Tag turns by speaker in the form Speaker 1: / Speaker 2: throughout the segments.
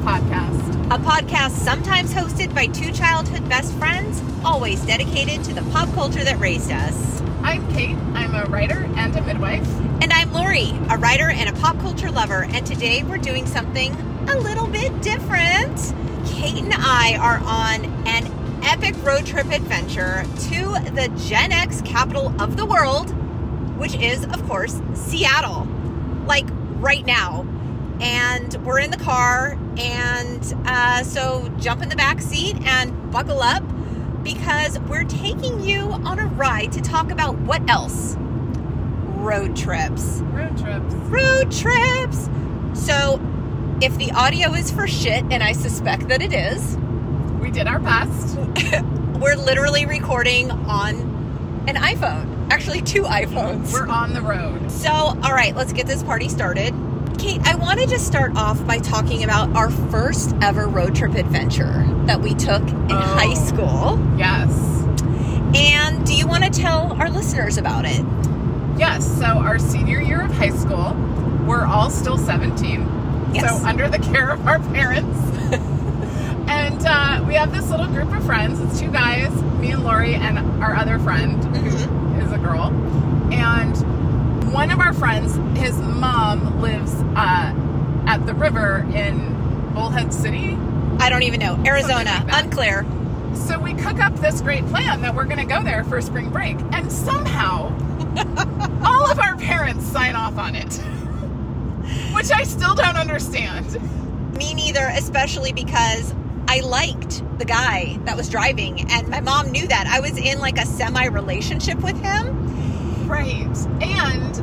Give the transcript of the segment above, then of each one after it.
Speaker 1: Oh, a podcast sometimes hosted by two childhood best friends, always dedicated to the pop culture that raised us.
Speaker 2: I'm Kate. I'm a writer and a midwife.
Speaker 1: And I'm Lori, a writer and a pop culture lover, and today we're doing something a little bit different. Kate and I are on an epic road trip adventure to the Gen X capital of the world, which is, of course, Seattle. Like right now. And we're in the car, and uh, so jump in the back seat and buckle up because we're taking you on a ride to talk about what else? Road trips.
Speaker 2: Road trips.
Speaker 1: Road trips! So, if the audio is for shit, and I suspect that it is,
Speaker 2: We did our best.
Speaker 1: we're literally recording on an iPhone. Actually, two iPhones.
Speaker 2: We're on the road.
Speaker 1: So, all right, let's get this party started. Kate, I want to just start off by talking about our first ever road trip adventure that we took in
Speaker 2: Oh.
Speaker 1: high school.
Speaker 2: Yes.
Speaker 1: And do you want to tell our listeners about it?
Speaker 2: Yes. So our senior year of high school, we're all still 17.
Speaker 1: Yes.
Speaker 2: So under the care of our parents. and uh, we have this little group of friends. It's two guys, me and Lori, and our other friend, who is a girl. And one of our friends, his mom lives uh, at the river in Bullhead City.
Speaker 1: I don't even know. Arizona,
Speaker 2: Something like that.
Speaker 1: unclear.
Speaker 2: So we cook up this great plan that we're going to go there for spring break, and somehow all of our parents sign off on it, which I still don't understand.
Speaker 1: Me neither, especially because I liked the guy that was driving, and my mom knew that. I was in like a semi relationship with him.
Speaker 2: Right. And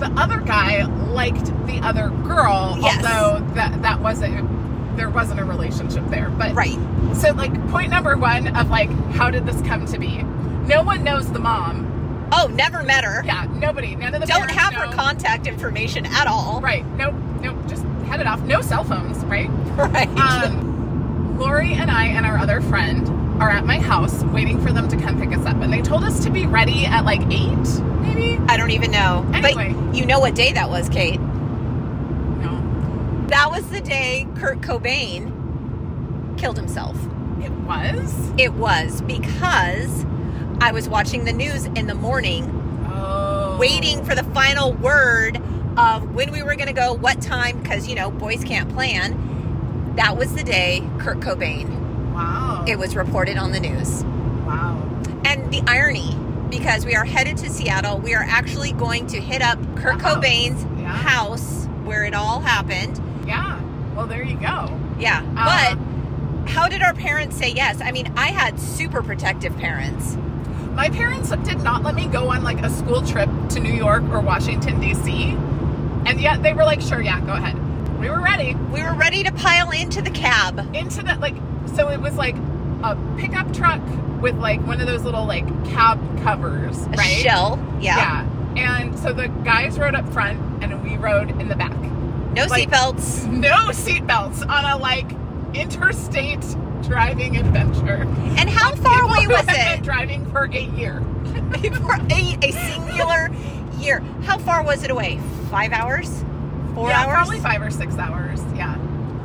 Speaker 2: the other guy liked the other girl,
Speaker 1: Yes.
Speaker 2: although that that wasn't there wasn't a relationship there. But
Speaker 1: Right.
Speaker 2: so like point number one of like how did this come to be? No one knows the mom.
Speaker 1: Oh, never met her.
Speaker 2: Yeah, nobody. None of the
Speaker 1: Don't
Speaker 2: parents
Speaker 1: have her
Speaker 2: know.
Speaker 1: contact information at all.
Speaker 2: Right. Nope. Nope. Just head it off. No cell phones. Right.
Speaker 1: Right.
Speaker 2: Um, Lori and I and our other friend are at my house waiting for them to come pick us up, and they told us to be ready at like eight, maybe.
Speaker 1: I don't even know.
Speaker 2: Anyway.
Speaker 1: But you know what day that was, Kate.
Speaker 2: No,
Speaker 1: That was the day Kurt Cobain killed himself.
Speaker 2: it was.
Speaker 1: It was because I was watching the news in the morning,
Speaker 2: Oh,
Speaker 1: waiting for the final word of when we were going to go, what time, because, you know, boys can't plan. That was the day Kurt Cobain.
Speaker 2: Wow.
Speaker 1: It was reported on the news.
Speaker 2: Wow.
Speaker 1: And the irony, because we are headed to Seattle, we are actually going to hit up Kurt
Speaker 2: The house.
Speaker 1: Cobain's
Speaker 2: Uh-huh. Yeah.
Speaker 1: house where it all happened.
Speaker 2: Yeah. Well, there you go.
Speaker 1: Yeah.
Speaker 2: Uh,
Speaker 1: but how did our parents say yes? I mean, I had super protective parents.
Speaker 2: My parents did not let me go on like a school trip to New York or Washington D.C., and yet they were like, "Sure, yeah, go ahead." We were ready.
Speaker 1: We were ready to pile into the cab.
Speaker 2: into that like so it was like a pickup truck with like one of those little like cab covers
Speaker 1: A
Speaker 2: right
Speaker 1: shell. Yeah.
Speaker 2: yeah and so the guys rode up front and we rode in the back
Speaker 1: No
Speaker 2: Like-
Speaker 1: seatbelts.
Speaker 2: no seatbelts on a like interstate driving adventure
Speaker 1: And how far away
Speaker 2: People
Speaker 1: was
Speaker 2: who had been
Speaker 1: it?
Speaker 2: driving for a year
Speaker 1: For a, a singular year. How far was it away? Five hours? Four
Speaker 2: yeah,
Speaker 1: hours?
Speaker 2: probably five or six hours yeah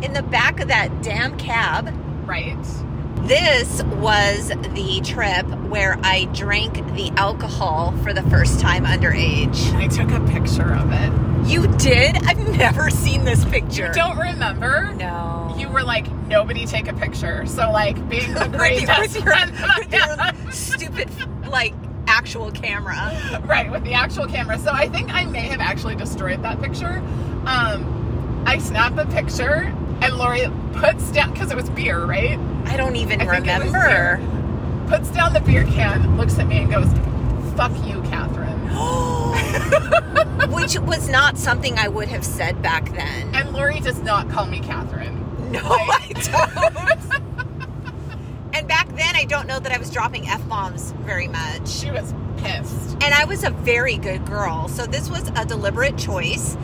Speaker 1: In the back of that damn cab.
Speaker 2: right
Speaker 1: This was the trip where I drank the alcohol for the first time underage.
Speaker 2: i took a picture of it
Speaker 1: You did? I've never seen this picture.
Speaker 2: don't remember
Speaker 1: No.
Speaker 2: you were like nobody take a picture so like being the
Speaker 1: with
Speaker 2: great
Speaker 1: your,
Speaker 2: best
Speaker 1: with your-
Speaker 2: friend that I
Speaker 1: with your
Speaker 2: am,
Speaker 1: stupid like actual camera.
Speaker 2: right with the actual camera so i think i may have actually destroyed that picture um, i snapped the picture and lori puts down because it was beer right
Speaker 1: I don't even
Speaker 2: I think it was
Speaker 1: remember.
Speaker 2: puts down the beer can looks at me and goes fuck you catherine
Speaker 1: Which was not something I would have said back then.
Speaker 2: and lori does not call me catherine
Speaker 1: No, I
Speaker 2: I-
Speaker 1: don't. and back then, I don't know that I was dropping f bombs very much.
Speaker 2: she was pissed
Speaker 1: and I was a very good girl. So this was a deliberate choice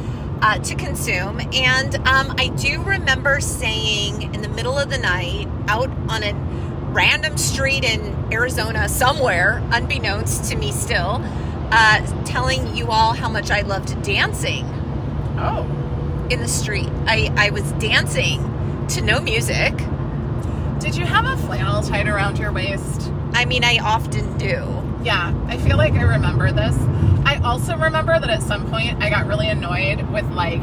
Speaker 1: uh, to consume. And um, I do remember saying in the middle of the night, out on a random street in Arizona, somewhere, unbeknownst to me still, uh, telling you all how much I loved dancing
Speaker 2: oh
Speaker 1: in the street. I, I was dancing to no music
Speaker 2: Did you have a flannel tied around your waist?
Speaker 1: I mean, I often do.
Speaker 2: Yeah, I feel like I remember this. I also remember that at some point I got really annoyed with like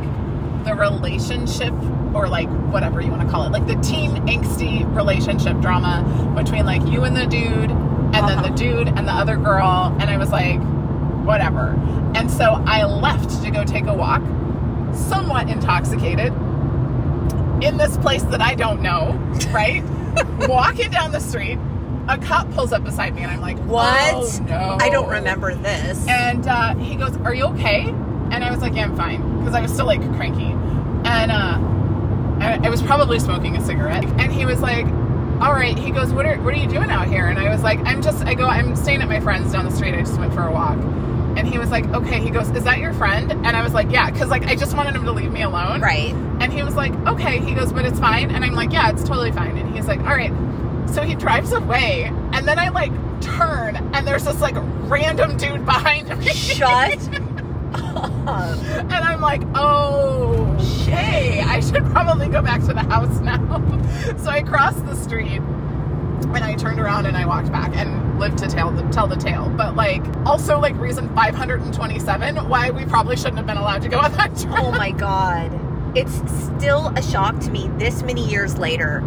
Speaker 2: the relationship or like whatever you want to call it, like the teen angsty relationship drama between like you and the dude and then
Speaker 1: Uh-huh.
Speaker 2: the dude and the other girl. And I was like, whatever. And so I left to go take a walk, somewhat intoxicated, in this place that I don't know, right? Walking down the street, a cop pulls up beside me and I'm like,
Speaker 1: What?
Speaker 2: "Oh, no.
Speaker 1: I don't remember this.
Speaker 2: And uh, he goes, "Are you okay?" And I was like, "Yeah, I'm fine," because I was still like cranky, and uh, I, I was probably smoking a cigarette. And he was like, "All right." He goes, "What are What are you doing out here?" And I was like, "I'm just I go I'm staying at my friend's down the street. I just went for a walk." And he was like, "Okay." He goes, "Is that your friend?" And I was like, "Yeah," because like I just wanted him to leave me alone.
Speaker 1: right.
Speaker 2: And he was like, okay. He goes, but it's fine. And I'm like, yeah, it's totally fine. And he's like, all right. So he drives away. And then I like turn and there's this like random dude behind me.
Speaker 1: Shut up.
Speaker 2: And I'm like, oh, hey, I should probably go back to the house now. so I crossed the street and I turned around and I walked back and lived to tell the, tell the tale. But like, also like reason 527 why we probably shouldn't have been allowed to go on that trip.
Speaker 1: Oh my god. It's still a shock to me this many years later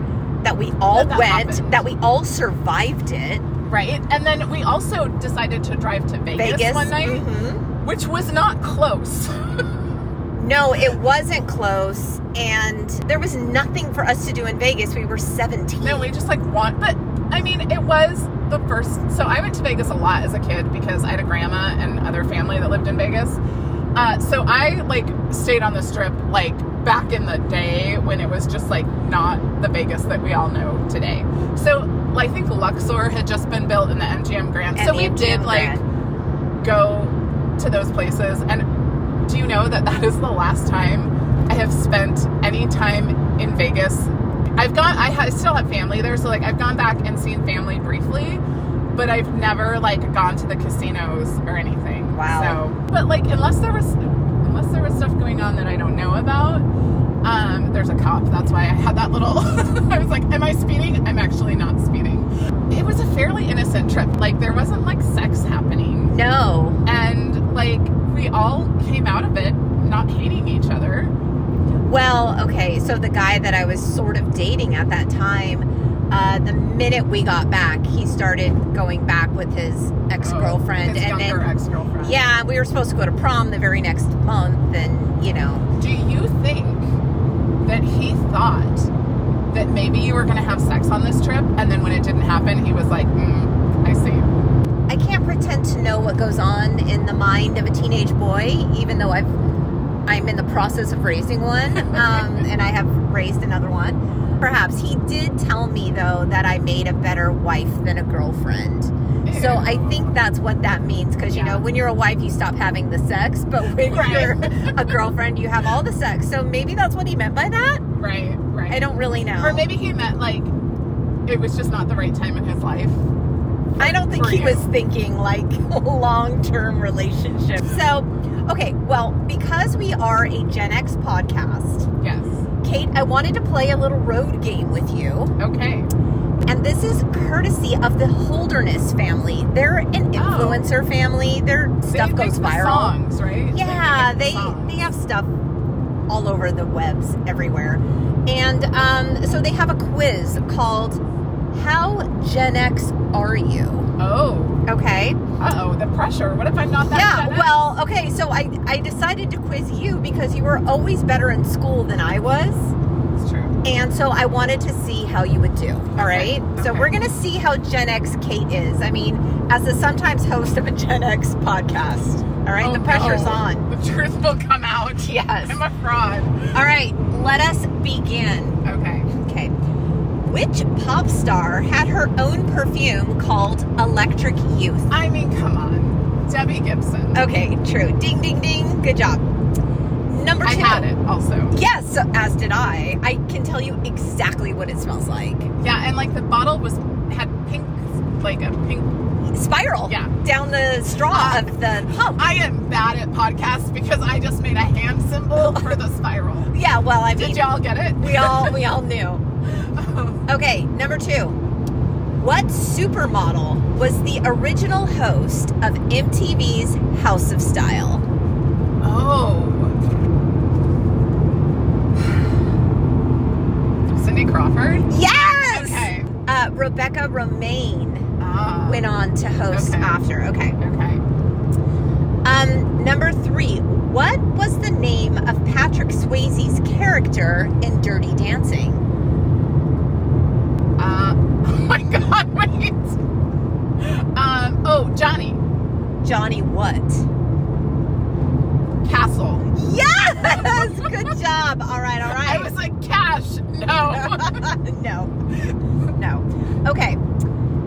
Speaker 1: that we all
Speaker 2: That that
Speaker 1: went,
Speaker 2: happened.
Speaker 1: that we all survived it.
Speaker 2: Right. And then we also decided to drive to Vegas,
Speaker 1: Vegas.
Speaker 2: one night,
Speaker 1: mhm.
Speaker 2: which was not close.
Speaker 1: No, it wasn't close and there was nothing for us to do in Vegas. We were 17.
Speaker 2: no, we just like want, but I mean, it was the first. So I went to Vegas a lot as a kid because I had a grandma and other family that lived in Vegas. Uh, so I like stayed on the strip like back in the day when it was just like not the Vegas that we all know today. So I think Luxor had just been built in the MGM Grand. so we
Speaker 1: MGM
Speaker 2: did like go to those places. And do you know that that is the last time I have spent any time in Vegas? I've gone. I ha- still have family there, so like I've gone back and seen family briefly, but I've never like gone to the casinos or anything.
Speaker 1: Wow.
Speaker 2: So, but like unless there was unless there was stuff going on that I don't know about. Um, there's a cop. That's why I had that little. I was like, "Am I speeding? I'm actually not speeding." It was a fairly innocent trip. Like there wasn't like sex happening
Speaker 1: No.
Speaker 2: and like we all came out of it not hating each other.
Speaker 1: Well, okay, so the guy that I was sort of dating at that time, uh, the minute we got back, he started going back with his ex-girlfriend
Speaker 2: Oh, his
Speaker 1: and then
Speaker 2: younger ex-girlfriend.
Speaker 1: Yeah, we were supposed to go to prom the very next month, and you know,
Speaker 2: Do you think that he thought that maybe you were going to have sex on this trip, and then when it didn't happen, he was like, mm, "I see."
Speaker 1: I can't pretend to know what goes on in the mind of a teenage boy, even though I've I'm in the process of raising one, um, and I have raised another one. Perhaps he did tell me though that I made a better wife than a girlfriend. So
Speaker 2: Ew.
Speaker 1: I think that's what that means, because you
Speaker 2: Yeah.
Speaker 1: know, when you're a wife, you stop having the sex, but when
Speaker 2: Right.
Speaker 1: you're a girlfriend, you have all the sex. So maybe that's what he meant by that.
Speaker 2: right, right.
Speaker 1: I don't really know.
Speaker 2: Or maybe he meant like it was just not the right time in his life.
Speaker 1: I don't think
Speaker 2: for
Speaker 1: he
Speaker 2: you.
Speaker 1: was thinking like long term relationship. So, okay, well, because we are a Gen X podcast,
Speaker 2: Yes.
Speaker 1: Kate, I wanted to play a little road game with you.
Speaker 2: Okay.
Speaker 1: And this is courtesy of the Holderness family. They're
Speaker 2: Oh.
Speaker 1: an influencer family, their stuff
Speaker 2: they
Speaker 1: goes
Speaker 2: picked the
Speaker 1: viral.
Speaker 2: songs, right?
Speaker 1: Yeah, they,
Speaker 2: picked the songs.
Speaker 1: they have stuff all over the webs everywhere. And um, so they have a quiz called How Gen X Are You?
Speaker 2: Oh.
Speaker 1: Okay.
Speaker 2: Uh oh. The pressure. What if I'm not that?
Speaker 1: yeah,
Speaker 2: Gen X?
Speaker 1: well, okay, so I, I decided to quiz you because you were always better in school than I was.
Speaker 2: It's true.
Speaker 1: And so I wanted to see how you would do. All
Speaker 2: Okay,
Speaker 1: right. So
Speaker 2: okay.
Speaker 1: we're going to see how Gen X Kate is. I mean, as the sometimes host of a Gen X podcast. All right.
Speaker 2: Oh,
Speaker 1: the pressure's
Speaker 2: no.
Speaker 1: on.
Speaker 2: The truth will come out.
Speaker 1: Yes.
Speaker 2: I'm a fraud.
Speaker 1: All right. Let us begin.
Speaker 2: Okay.
Speaker 1: Okay. Which pop star had her own perfume called Electric Youth?
Speaker 2: I mean, come on. Debbie Gibson.
Speaker 1: Okay. True. Ding, ding, ding. Good job. Number
Speaker 2: I
Speaker 1: two.
Speaker 2: had it also.
Speaker 1: Yes, as did I. I can tell you exactly what it smells like.
Speaker 2: Yeah, and like the bottle was had pink, like a pink.
Speaker 1: Spiral.
Speaker 2: Yeah. Ah.
Speaker 1: Down the straw of the pump.
Speaker 2: I am bad at podcasts because I just made a hand symbol for the spiral.
Speaker 1: Yeah. Well, I mean,
Speaker 2: Did y'all get it?
Speaker 1: we all we all knew. Okay, number two. What supermodel was the original host of MTV's House of Style?
Speaker 2: oh. Cindy Crawford?
Speaker 1: Yes!
Speaker 2: Okay.
Speaker 1: Uh, Rebecca Romaine
Speaker 2: Ah.
Speaker 1: went on to host
Speaker 2: Okay.
Speaker 1: after. Okay.
Speaker 2: Okay.
Speaker 1: Um, number three. What was the name of Patrick Swayze's character in Dirty Dancing?
Speaker 2: Uh, oh my god, wait. Um, oh, Johnny
Speaker 1: Johnny what?
Speaker 2: Castle.
Speaker 1: Yes! Good job. All right, all
Speaker 2: I
Speaker 1: right.
Speaker 2: was like, cash, no.
Speaker 1: no. No. Okay.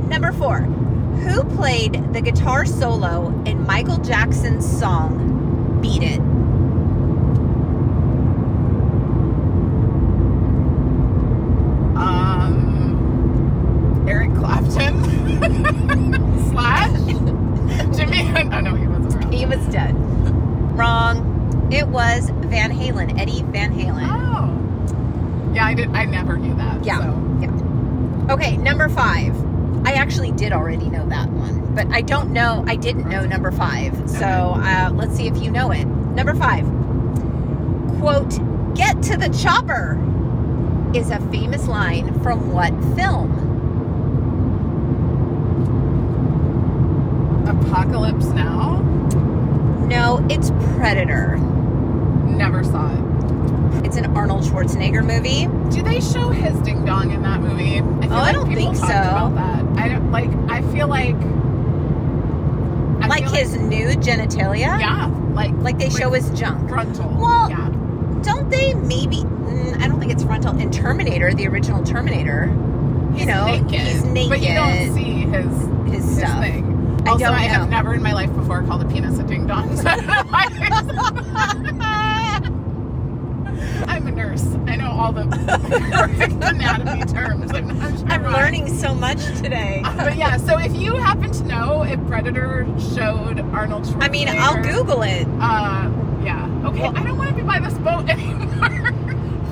Speaker 1: Number four. Who played the guitar solo in Michael Jackson's song Beat It?
Speaker 2: um, Eric Clapton slash Jimmy. Oh no, he wasn't around.
Speaker 1: He was dead. Wrong. It was Van Halen, Eddie Van Halen.
Speaker 2: Oh, yeah, I did. I never knew that.
Speaker 1: Yeah.
Speaker 2: So.
Speaker 1: Yeah. Okay, number five. I actually did already know that one, but I don't know. I didn't know number five. So uh, let's see if you know it. Number five. Quote, get to the chopper is a famous line from what film?
Speaker 2: Apocalypse Now.
Speaker 1: No, it's Predator.
Speaker 2: Never saw it.
Speaker 1: It's an Arnold Schwarzenegger movie.
Speaker 2: Do they show his ding dong in that movie? I feel
Speaker 1: Oh, I don't
Speaker 2: people
Speaker 1: think
Speaker 2: talked
Speaker 1: so.
Speaker 2: About that. I don't like. I feel like. I
Speaker 1: like
Speaker 2: feel
Speaker 1: his nude genitalia?
Speaker 2: yeah. Like
Speaker 1: Like they show his junk.
Speaker 2: frontal.
Speaker 1: Well-
Speaker 2: yeah.
Speaker 1: Don't they maybe? Mm, I don't think it's frontal. In Terminator, the original Terminator, you
Speaker 2: He's
Speaker 1: know,
Speaker 2: naked,
Speaker 1: he's naked.
Speaker 2: But you don't see his
Speaker 1: his
Speaker 2: his
Speaker 1: stuff.
Speaker 2: thing.
Speaker 1: I
Speaker 2: Also,
Speaker 1: don't
Speaker 2: I, have
Speaker 1: know.
Speaker 2: never in my life before called a penis a ding dong. So I don't know why it's- I'm a nurse. I know all the perfect anatomy terms. I'm, not sure
Speaker 1: I'm
Speaker 2: why.
Speaker 1: learning so much today.
Speaker 2: Uh, But yeah, so if you happen to know if Predator showed Arnold Schwarzenegger,
Speaker 1: I mean, I'll Google it.
Speaker 2: Uh, yeah. Okay, I don't want to be by this boat anymore.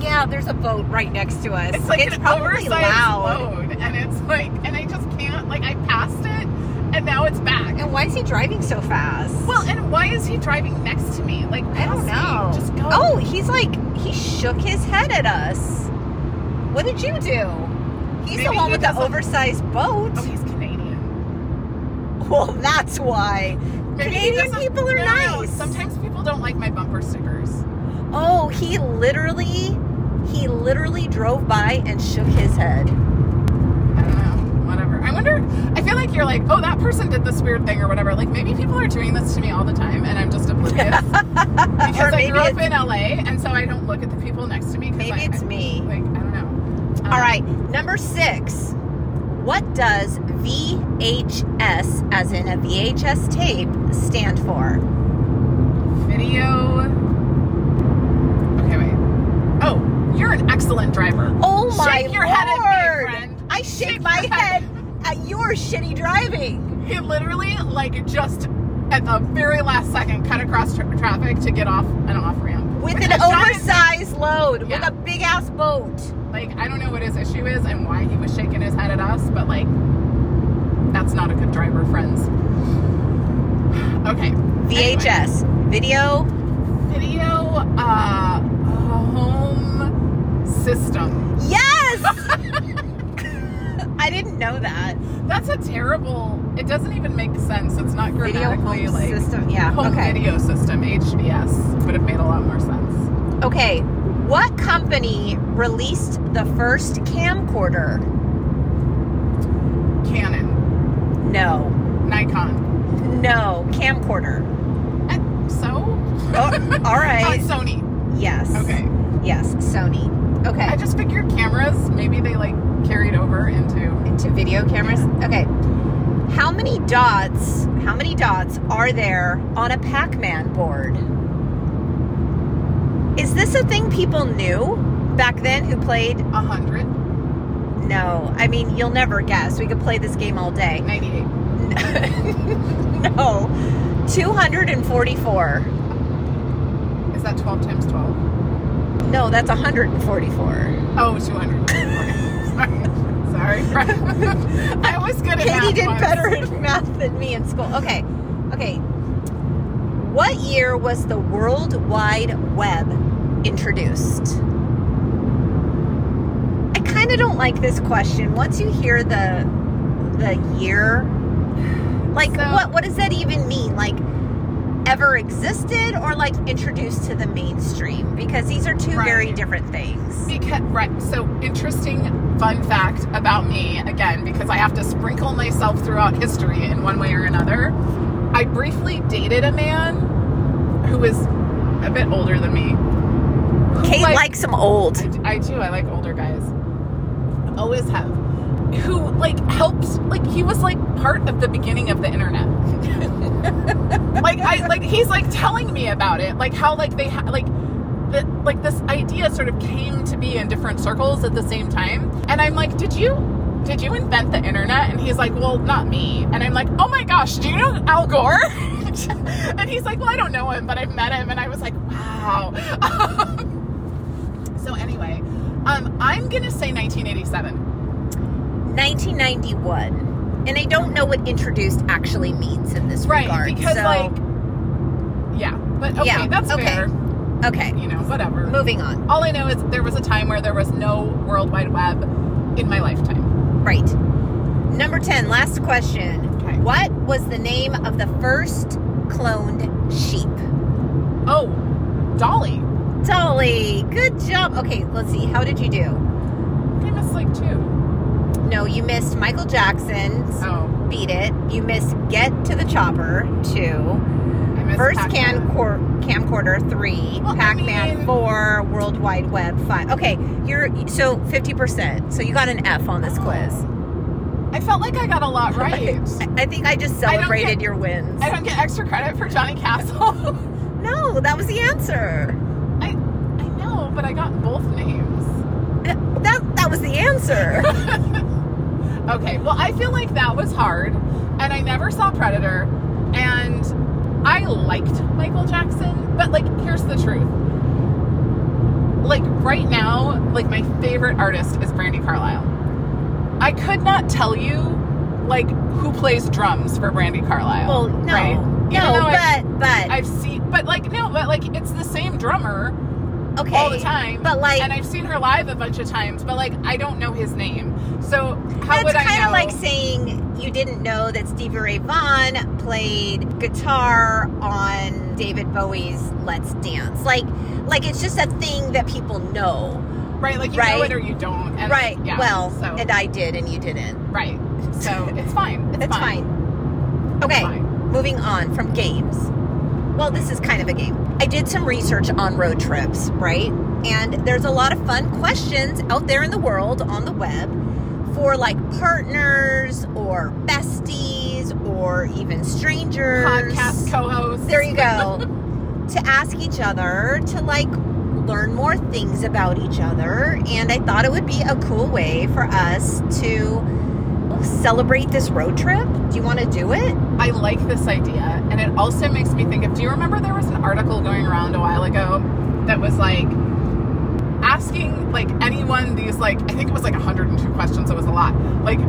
Speaker 1: Yeah, there's a boat right next to us.
Speaker 2: It's like an
Speaker 1: probably
Speaker 2: oversized
Speaker 1: loud.
Speaker 2: load, and it's like, and I just can't. Like, I passed it, and now it's back.
Speaker 1: And why is he driving so fast?
Speaker 2: Well, and why is he driving next to me? Like,
Speaker 1: I don't know.
Speaker 2: pass me. Just go.
Speaker 1: Oh, he's like he shook his head at us. What did you do? He's
Speaker 2: Maybe
Speaker 1: the one
Speaker 2: he
Speaker 1: with the
Speaker 2: doesn't-
Speaker 1: oversized boat.
Speaker 2: Oh, he's Canadian.
Speaker 1: Well, that's why.
Speaker 2: Maybe he
Speaker 1: Canadian
Speaker 2: doesn't-
Speaker 1: people are
Speaker 2: no, no, no.
Speaker 1: nice.
Speaker 2: Sometimes people don't like my bumper stickers.
Speaker 1: Oh, he literally, he literally drove by and shook his head.
Speaker 2: I don't know. Whatever. I wonder. I feel like you're like, oh, that person did this weird thing or whatever. Like maybe people are doing this to me all the time, and I'm just oblivious
Speaker 1: Or
Speaker 2: because I
Speaker 1: maybe
Speaker 2: grew up
Speaker 1: it's-
Speaker 2: in LA, and so I don't look at the people next to me. 'cause
Speaker 1: Maybe
Speaker 2: I-
Speaker 1: it's
Speaker 2: I-
Speaker 1: me.
Speaker 2: Like I don't know. Um,
Speaker 1: All right, number six. What does VHS, as in a VHS tape, stand for?
Speaker 2: Video. Okay, wait. Oh, you're an excellent driver.
Speaker 1: Oh my
Speaker 2: Shake your
Speaker 1: lord!
Speaker 2: head at me, friend.
Speaker 1: I shake,
Speaker 2: Shake
Speaker 1: my
Speaker 2: your
Speaker 1: head
Speaker 2: head.
Speaker 1: at your shitty driving.
Speaker 2: He literally, like, just at the very last second, cut across tra- traffic to get off an off ramp
Speaker 1: With
Speaker 2: Which
Speaker 1: an
Speaker 2: is not his-
Speaker 1: oversized load, with
Speaker 2: Yeah.
Speaker 1: a big ass boat.
Speaker 2: Like, I don't know what his issue is and why he was shaking his head at us, but like, that's not a good driver, friends. Okay.
Speaker 1: VHS, video
Speaker 2: Anyway, video, uh, home system.
Speaker 1: Yes! I didn't know that.
Speaker 2: That's a terrible. It doesn't even make sense. It's not
Speaker 1: Video
Speaker 2: grammatically
Speaker 1: home
Speaker 2: like
Speaker 1: system. Yeah.
Speaker 2: home
Speaker 1: okay.
Speaker 2: video system. HVS would have made a lot more sense.
Speaker 1: Okay. What company released the first camcorder?
Speaker 2: Canon,
Speaker 1: No.
Speaker 2: Nikon.
Speaker 1: No. Camcorder.
Speaker 2: And so?
Speaker 1: Oh, all right.
Speaker 2: Oh, Sony.
Speaker 1: Yes.
Speaker 2: Okay.
Speaker 1: Yes. Sony.
Speaker 2: I
Speaker 1: Okay.
Speaker 2: just figured cameras, maybe they like carried over into.
Speaker 1: Into video cameras. Okay. How many dots? How many dots are there on a Pac-Man board? Is this a thing people knew back then who played
Speaker 2: a hundred
Speaker 1: No, I mean you'll never guess. We could play this game all day.
Speaker 2: ninety-eight.
Speaker 1: No, two hundred and forty-four.
Speaker 2: Is that 12 times 12?
Speaker 1: No, that's one hundred and forty-four.
Speaker 2: Oh, 200. Okay. Sorry. sorry, friend. I was good at
Speaker 1: Katie
Speaker 2: math
Speaker 1: did
Speaker 2: once.
Speaker 1: better in math than me in school. Okay, okay. What year was the World Wide Web introduced? I kind of don't like this question. Once you hear the the year, like
Speaker 2: So-
Speaker 1: what what does that even mean? Like ever existed or like introduced to the mainstream? Because these are two very
Speaker 2: Right.
Speaker 1: different things.
Speaker 2: Because, right, so interesting fun fact about me again, because I have to sprinkle myself throughout history in one way or another. I briefly dated a man who was a bit older than me. who,
Speaker 1: Kate
Speaker 2: like-
Speaker 1: likes some old.
Speaker 2: I, I do. I like older guys. Always have. Who like helped? Like he was like part of the beginning of the internet. like I like he's like telling me about it. Like how like they ha- like the like this idea sort of came to be in different circles at the same time. And I'm like, did you? Did you invent the internet? And he's like, Well, not me. And I'm like, Oh my gosh, do you know Al Gore? and he's like, Well, I don't know him, but I've met him. And I was like, Wow. So anyway, um, I'm gonna say 1987.
Speaker 1: 1991. And I don't know what introduced actually means in this regard.
Speaker 2: because
Speaker 1: so,
Speaker 2: like, yeah, but okay,
Speaker 1: Yeah,
Speaker 2: that's
Speaker 1: okay.
Speaker 2: fair.
Speaker 1: okay,
Speaker 2: You know, whatever.
Speaker 1: moving on.
Speaker 2: All I know is there was a time where there was no World Wide Web in my lifetime.
Speaker 1: Right. Number 10, last question.
Speaker 2: Okay.
Speaker 1: What was the name of the first cloned sheep?
Speaker 2: Oh, Dolly,
Speaker 1: Dolly, good job. Okay, let's see. How did you do?
Speaker 2: I missed like two.
Speaker 1: No, you missed Michael Jackson's
Speaker 2: Oh,
Speaker 1: Beat It. You missed Get to the Chopper 2.
Speaker 2: I missed
Speaker 1: First
Speaker 2: Pac-Man.
Speaker 1: can cor- camcorder three,
Speaker 2: Well, I
Speaker 1: Pac-Man
Speaker 2: mean-
Speaker 1: four, World Wide Web five. Okay, you're so fifty percent. So you got an F on this quiz.
Speaker 2: I felt like I got a lot right.
Speaker 1: I- I think I just
Speaker 2: I don't
Speaker 1: celebrated
Speaker 2: get-
Speaker 1: your wins.
Speaker 2: I don't get extra credit for Johnny Castle.
Speaker 1: No, that was the answer.
Speaker 2: I I know, but I got both names.
Speaker 1: Th- That that was the answer.
Speaker 2: Okay, well, I feel like that was hard, and I never saw Predator, and I liked Michael Jackson, but like, here's the truth. Like, right now, like, my favorite artist is Brandy Carlisle. I could not tell you, like, who plays drums for Brandy Carlisle.
Speaker 1: well, no,
Speaker 2: right? Even
Speaker 1: no,
Speaker 2: though I've,
Speaker 1: but but
Speaker 2: I've seen, but like, no, but like, it's the same drummer
Speaker 1: okay,
Speaker 2: all the time.
Speaker 1: But like,
Speaker 2: and I've seen her live a bunch of times, but like, I don't know his name. So, how
Speaker 1: that's
Speaker 2: would I know?
Speaker 1: kind of like saying you didn't know that Stevie Ray Vaughan played guitar on David Bowie's "Let's Dance." Like, like it's just a thing that people know,
Speaker 2: Right, like you
Speaker 1: Right.
Speaker 2: know it or you don't. And
Speaker 1: right?
Speaker 2: Yeah,
Speaker 1: well,
Speaker 2: so,
Speaker 1: and I did, and you didn't.
Speaker 2: right. So it's fine. It's,
Speaker 1: That's fine.
Speaker 2: fine.
Speaker 1: Okay.
Speaker 2: Fine.
Speaker 1: Moving on from games. Well, this is kind of a game. I did some research on road trips, right? And there's a lot of fun questions out there in the world on the web for like partners or besties or even strangers.
Speaker 2: Podcast co-host.
Speaker 1: There you go. to ask each other to like learn more things about each other. And I thought it would be a cool way for us to celebrate this road trip. Do you want to do it?
Speaker 2: I like this idea, and it also makes me think of. Do you remember there was an article going around a while ago that was like asking like anyone these like I think it was like 102 questions. It was a lot. Like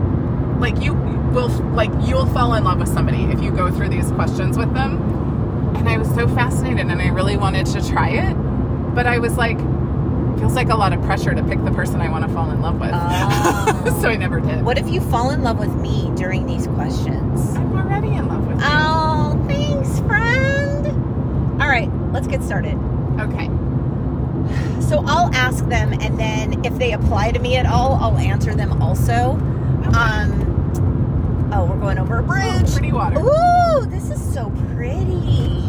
Speaker 2: like you will like you'll fall in love with somebody if you go through these questions with them. And I was so fascinated, and I really wanted to try it, but I was like, feels like a lot of pressure to pick the person I want to fall in love with.
Speaker 1: Oh.
Speaker 2: so I never did.
Speaker 1: What if you fall in love with me during these questions?
Speaker 2: I'm already in love with. you.
Speaker 1: Oh, thanks, friend. All right, let's get started.
Speaker 2: okay.
Speaker 1: So I'll ask them, and then if they apply to me at all, I'll answer them also. Um, oh, we're going over a
Speaker 2: Oh,
Speaker 1: bridge.
Speaker 2: pretty water.
Speaker 1: Ooh, this is so pretty.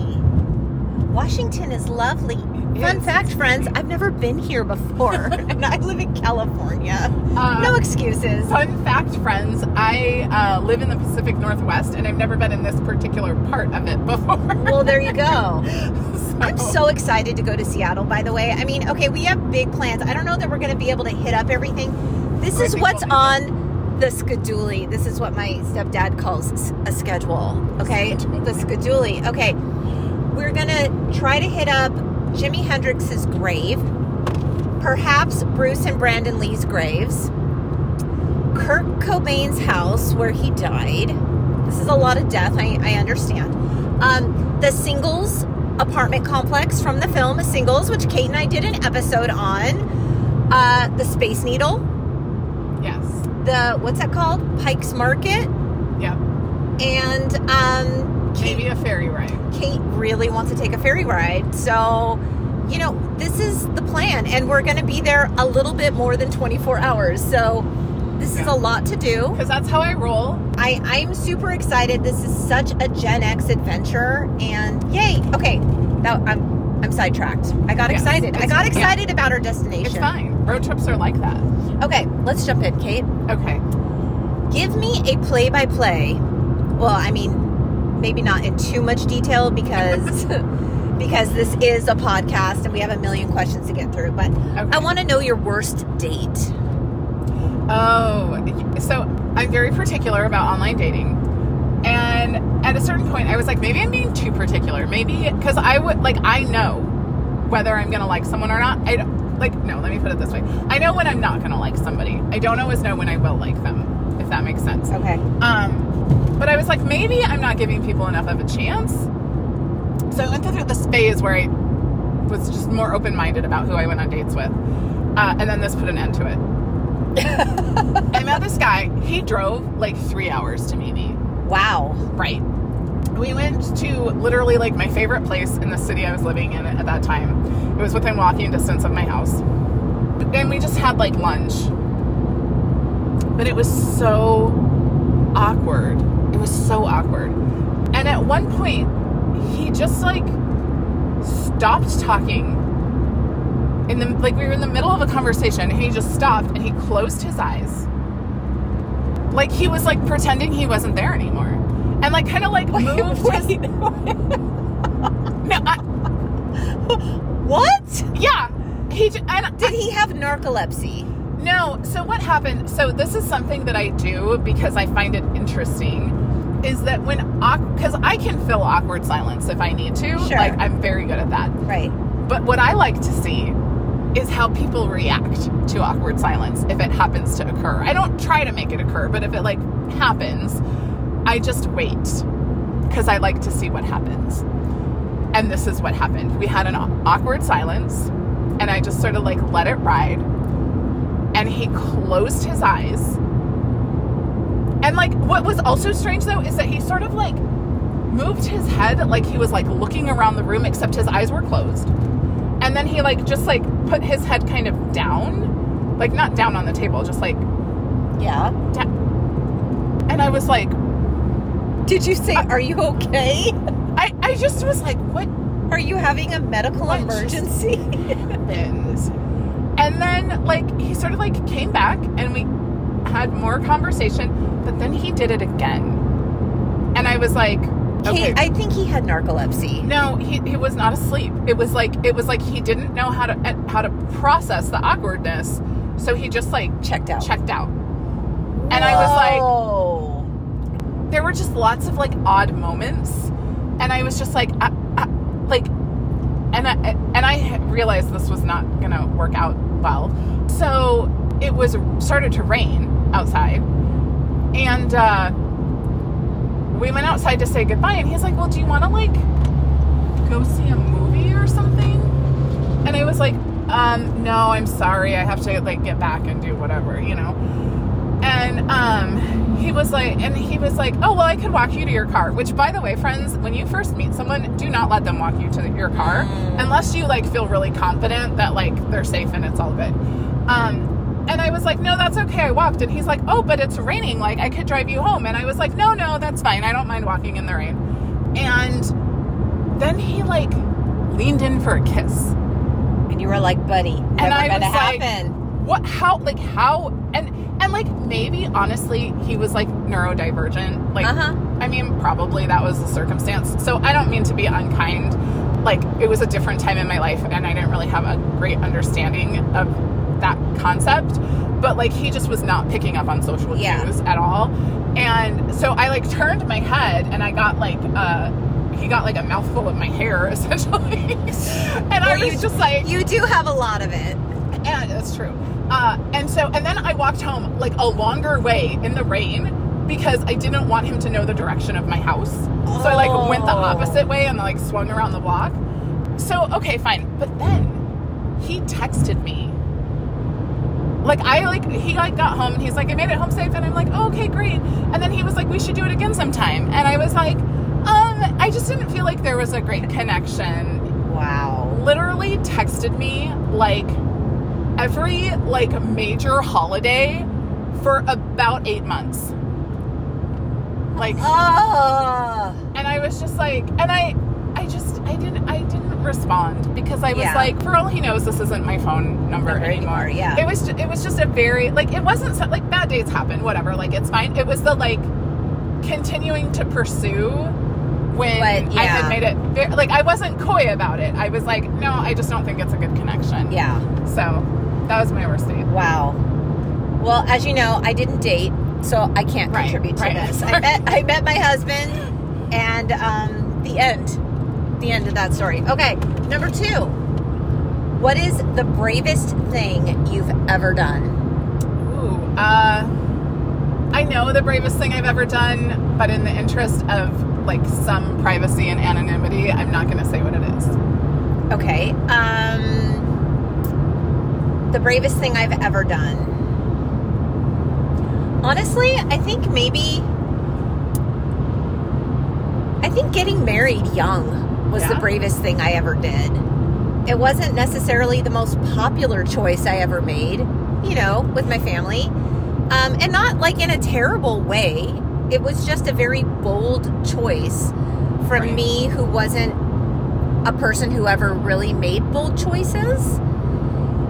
Speaker 1: Washington is lovely. Fun
Speaker 2: is.
Speaker 1: fact, friends, I've never been here before, and I live in California.
Speaker 2: Uh,
Speaker 1: No excuses.
Speaker 2: Fun fact, friends, I uh, live in the Pacific Northwest and I've never been in this particular part of it before.
Speaker 1: Well, there you go.
Speaker 2: So-
Speaker 1: I'm so excited to go to Seattle, by the way. I mean, okay, we have big plans. I don't know that we're going to be able to hit up everything. This
Speaker 2: I
Speaker 1: is
Speaker 2: think
Speaker 1: what's
Speaker 2: we'll make
Speaker 1: on the schedule. This is what my stepdad calls s- a schedule. Okay?
Speaker 2: Schedule.
Speaker 1: The schedule. Okay. We're going to try to hit up Jimi Hendrix's grave, perhaps Bruce and Brandon Lee's graves, Kurt Cobain's house where he died. This is a lot of death, I, I understand. Um, the Singles apartment complex from the film Singles, which Kate and I did an episode on. Uh, the Space Needle.
Speaker 2: Yes.
Speaker 1: The, what's that called? Pike's Market.
Speaker 2: Yep.
Speaker 1: And um, Kate,
Speaker 2: Maybe a ferry ride.
Speaker 1: Kate really wants to take a ferry ride. So, you know, this is the plan. And we're going to be there a little bit more than 24 hours. So, this is
Speaker 2: Yeah.
Speaker 1: a lot to do.
Speaker 2: Because that's how I roll.
Speaker 1: I, I'm super excited. This is such a Gen X adventure, and yay! Okay, that, I'm I'm sidetracked. I got
Speaker 2: Yes,
Speaker 1: excited. I
Speaker 2: it's-
Speaker 1: got
Speaker 2: yeah.
Speaker 1: excited about our destination.
Speaker 2: It's fine. Road trips are like that.
Speaker 1: Okay, let's jump in, Kate.
Speaker 2: Okay.
Speaker 1: Give me a play-by-play. Well, I mean, maybe not in too much detail because because this is a podcast and we have a million questions to get through. But
Speaker 2: Okay.
Speaker 1: I want to know your worst date.
Speaker 2: Oh, so I'm very particular about online dating. And at a certain point, I was like, maybe I'm being too particular. Maybe because I would like I know whether I'm gonna like someone or not. I don't, like no. Let me put it this way: I know when I'm not gonna like somebody. I don't always know when I will like them. If that makes sense.
Speaker 1: Okay.
Speaker 2: Um, but I was like, maybe I'm not giving people enough of a chance. So I went through this phase where I was just more open minded about who I went on dates with. Uh, and then this put an end to it. I met this guy. He drove like three hours to meet me.
Speaker 1: Wow.
Speaker 2: Right. We went to literally like my favorite place in the city I was living in at that time. It was within walking distance of my house. And we just had like lunch. But it was so awkward. It was so awkward. And at one point, he just like stopped talking. In the like we were in the middle of a conversation and he just stopped and he closed his eyes. Like he was like pretending he wasn't there anymore. And like kind of like moved his no, I,
Speaker 1: What?
Speaker 2: yeah. He j- and
Speaker 1: Did he have narcolepsy?
Speaker 2: No. So what happened? So this is something that I do because I find it interesting. Is that when because I can fill awkward silence if I need to.
Speaker 1: Sure.
Speaker 2: Like I'm very good at that.
Speaker 1: Right.
Speaker 2: But what I like to see is how people react to awkward silence if it happens to occur. I don't try to make it occur, but if it like happens, I just wait because I like to see what happens. And this is what happened. We had an aw- awkward silence, and I just sort of like let it ride. And he closed his eyes. And like, what was also strange though is that he sort of like moved his head like he was like looking around the room, except his eyes were closed. And then he like just like put his head kind of down, like not down on the table, just like.
Speaker 1: Yeah.
Speaker 2: And I was like,
Speaker 1: Did you
Speaker 2: Uh,
Speaker 1: say, Are you okay?
Speaker 2: I, I just was like, what
Speaker 1: Are you having a medical
Speaker 2: What?
Speaker 1: emergency?
Speaker 2: happens? And then like he sort of like came back and we had more conversation, but then he did it again. And I was like, okay.
Speaker 1: Kate, I think he had narcolepsy.
Speaker 2: No, he, he was not asleep. It was like it was like he didn't know how to eh, how to process the awkwardness, so he just like
Speaker 1: Checked out.
Speaker 2: checked out. and I was like-
Speaker 1: like,
Speaker 2: There were just lots of like odd moments, and I was just like, I, I, like, and I and I realized this was not gonna work out well. So it was started to rain outside, and uh, we went outside to say goodbye. And he's like, "Well, do you want to like go see a movie or something?" And I was like, um, "No, I'm sorry. I have to like get back and do whatever, you know." And um, he was like, and he was like, "Oh, well, I could walk you to your car." Which, by the way, friends, when you first meet someone, do not let them walk you to your car
Speaker 1: Mm.
Speaker 2: unless you like feel really confident that like they're safe and it's all good. Um, and I was like, no, that's okay. I walked. And he's like, oh, but it's raining. Like, I could drive you home. And I was like, no, no, that's fine. I don't mind walking in the rain. And then he like leaned in for a kiss.
Speaker 1: and you were like, buddy, never
Speaker 2: I
Speaker 1: gonna
Speaker 2: was like-
Speaker 1: happen.
Speaker 2: What, how, like, how, and, and like, maybe honestly, he was like neurodivergent. Like,
Speaker 1: uh huh.
Speaker 2: I mean, probably that was the circumstance. So I don't mean to be unkind. Like, it was a different time in my life, and I didn't really have a great understanding of that concept. But, like, he just was not picking up on social
Speaker 1: Yeah.
Speaker 2: cues at all. And so I, like, turned my head and I got, like, uh, he got, like, a mouthful of my hair, essentially. and I
Speaker 1: Were you-
Speaker 2: was just like,
Speaker 1: You do have a lot of it.
Speaker 2: And that's true. Uh, and so, and then I walked home like a longer way in the rain because I didn't want him to know the direction of my house. So I like went the
Speaker 1: Oh.
Speaker 2: opposite way and like swung around the block. So, okay, fine. But then he texted me. Like I like he like got home and he's like I made it home safe and I'm like oh, okay great and then he was like we should do it again sometime and I was like um I just didn't feel like there was a great connection
Speaker 1: Wow.
Speaker 2: literally texted me like every like major holiday for about eight months like
Speaker 1: Oh.
Speaker 2: and i was just like and i i just i didn't i didn't respond because i was
Speaker 1: Yeah.
Speaker 2: like for all he knows this isn't my phone number
Speaker 1: Number
Speaker 2: anymore
Speaker 1: anymore, yeah.
Speaker 2: it was ju- it was just a very like it wasn't so- like bad dates happen whatever like it's fine it was the like continuing to pursue when
Speaker 1: What-
Speaker 2: i had
Speaker 1: yeah.
Speaker 2: made it very, like i wasn't coy about it i was like no i just don't think it's a good connection
Speaker 1: Yeah.
Speaker 2: so that was my worst date
Speaker 1: Wow. Well, as you know, I didn't date, so I can't
Speaker 2: Right,
Speaker 1: contribute to
Speaker 2: right.
Speaker 1: this. I met I met my husband, and um, the end, the end of that story. Okay, number two. What is the bravest thing you've ever done?
Speaker 2: Ooh, uh, I know the bravest thing I've ever done, but in the interest of like some privacy and anonymity, I'm not going to say what it is.
Speaker 1: Okay. Um, the bravest thing I've ever done. Honestly, I think maybe. I think getting married young was the
Speaker 2: Yeah?
Speaker 1: bravest thing I ever did. It wasn't necessarily the most popular choice I ever made, you know, with my family. Um, and not like in a terrible way. It was just a very bold choice from
Speaker 2: Right.
Speaker 1: me who wasn't a person who ever really made bold choices.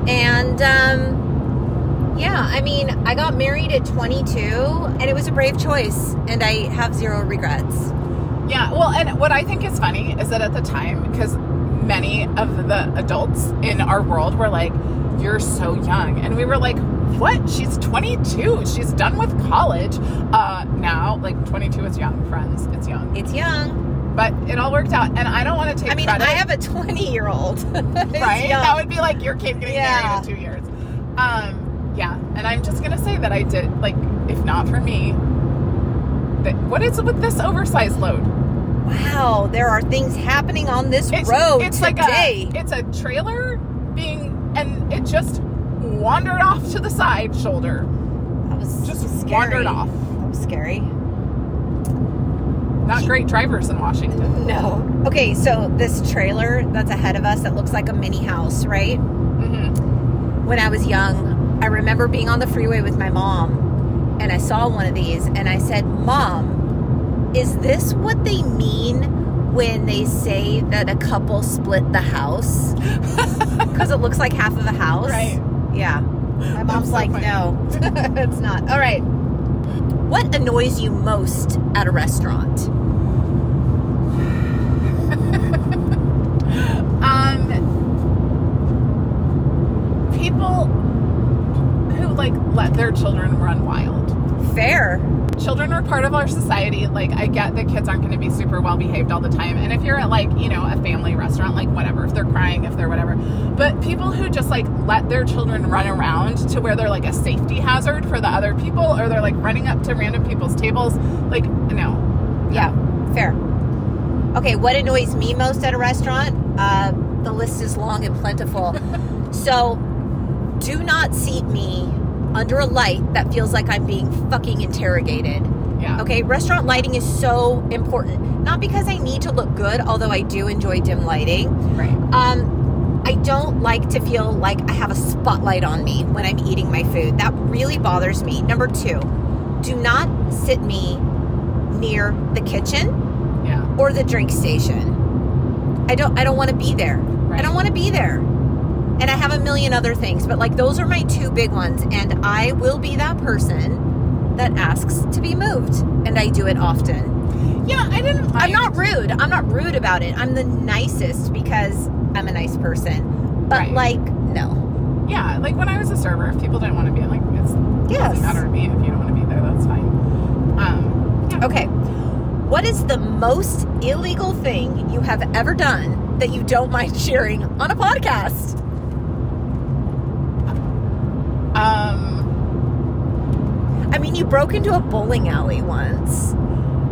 Speaker 1: And um, yeah, I mean, I got married at 22 and it was a brave choice and I have zero regrets.
Speaker 2: Yeah, well, and what I think is funny is that at the time, because many of the adults in our world were like, you're so young. And we were like, what? She's 22. She's done with college. Uh, now, like, 22 is young, friends. It's young.
Speaker 1: It's young.
Speaker 2: But it all worked out. And I don't want to take
Speaker 1: I mean,
Speaker 2: credit.
Speaker 1: I have a 20 year old.
Speaker 2: right? That would be like your kid getting
Speaker 1: Yeah.
Speaker 2: married in two years. Um, yeah, and I'm just gonna say that I did like, if not for me, that what is with this oversized load?
Speaker 1: wow, there are things happening on this
Speaker 2: It's,
Speaker 1: road
Speaker 2: it's like
Speaker 1: today.
Speaker 2: a it's a trailer being, and it just wandered off to the side shoulder,
Speaker 1: that was
Speaker 2: just
Speaker 1: scary.
Speaker 2: wandered off.
Speaker 1: That was scary.
Speaker 2: Not great drivers in Washington.
Speaker 1: No. Okay, so this trailer that's ahead of us that looks like a mini house, right?
Speaker 2: Mm-hmm.
Speaker 1: when I was young, I remember being on the freeway with my mom and I saw one of these and I said, Mom, is this what they mean when they say that a couple split the house? Because it looks like half of a house.
Speaker 2: Right.
Speaker 1: Yeah. My mom's
Speaker 2: so
Speaker 1: like,
Speaker 2: funny.
Speaker 1: no, it's not. All right. What annoys you most at a restaurant?
Speaker 2: Um, people who like let their children run wild.
Speaker 1: Fair.
Speaker 2: children are part of our society. Like, I get that kids aren't going to be super well behaved all the time. And if you're at, like, you know, a family restaurant, like, whatever, if they're crying, if they're whatever. But people who just, like, let their children run around to where they're, like, a safety hazard for the other people or they're, like, running up to random people's tables, like, no.
Speaker 1: Yeah, fair. Okay, what annoys me most at a restaurant? Uh, the list is long and plentiful. so, do not seat me under a light that feels like I'm being fucking interrogated.
Speaker 2: Yeah.
Speaker 1: Okay, restaurant lighting is so important. Not because I need to look good, although I do enjoy dim lighting.
Speaker 2: Right.
Speaker 1: Um, I don't like to feel like I have a spotlight on me when I'm eating my food. That really bothers me. Number two, do not sit me near the kitchen
Speaker 2: Yeah.
Speaker 1: or the drink station. I don't I don't want to be there. I
Speaker 2: Right.
Speaker 1: don't want to be there. And I have a million other things, but like those are my two big ones and I will be that person that asks to be moved and I do it often.
Speaker 2: Yeah, I didn't mind.
Speaker 1: I'm not rude. I'm not rude about it. I'm the nicest because I'm a nice person. But
Speaker 2: Right.
Speaker 1: like no.
Speaker 2: Yeah, like, when I was a server, if people didn't want to be, like, it's,
Speaker 1: Yes.
Speaker 2: doesn't matter to me. If you don't want to be there, that's fine. Um, yeah.
Speaker 1: Okay. What is the most illegal thing you have ever done that you don't mind sharing on a podcast? Oh.
Speaker 2: Um,
Speaker 1: I mean, you broke into a bowling alley once.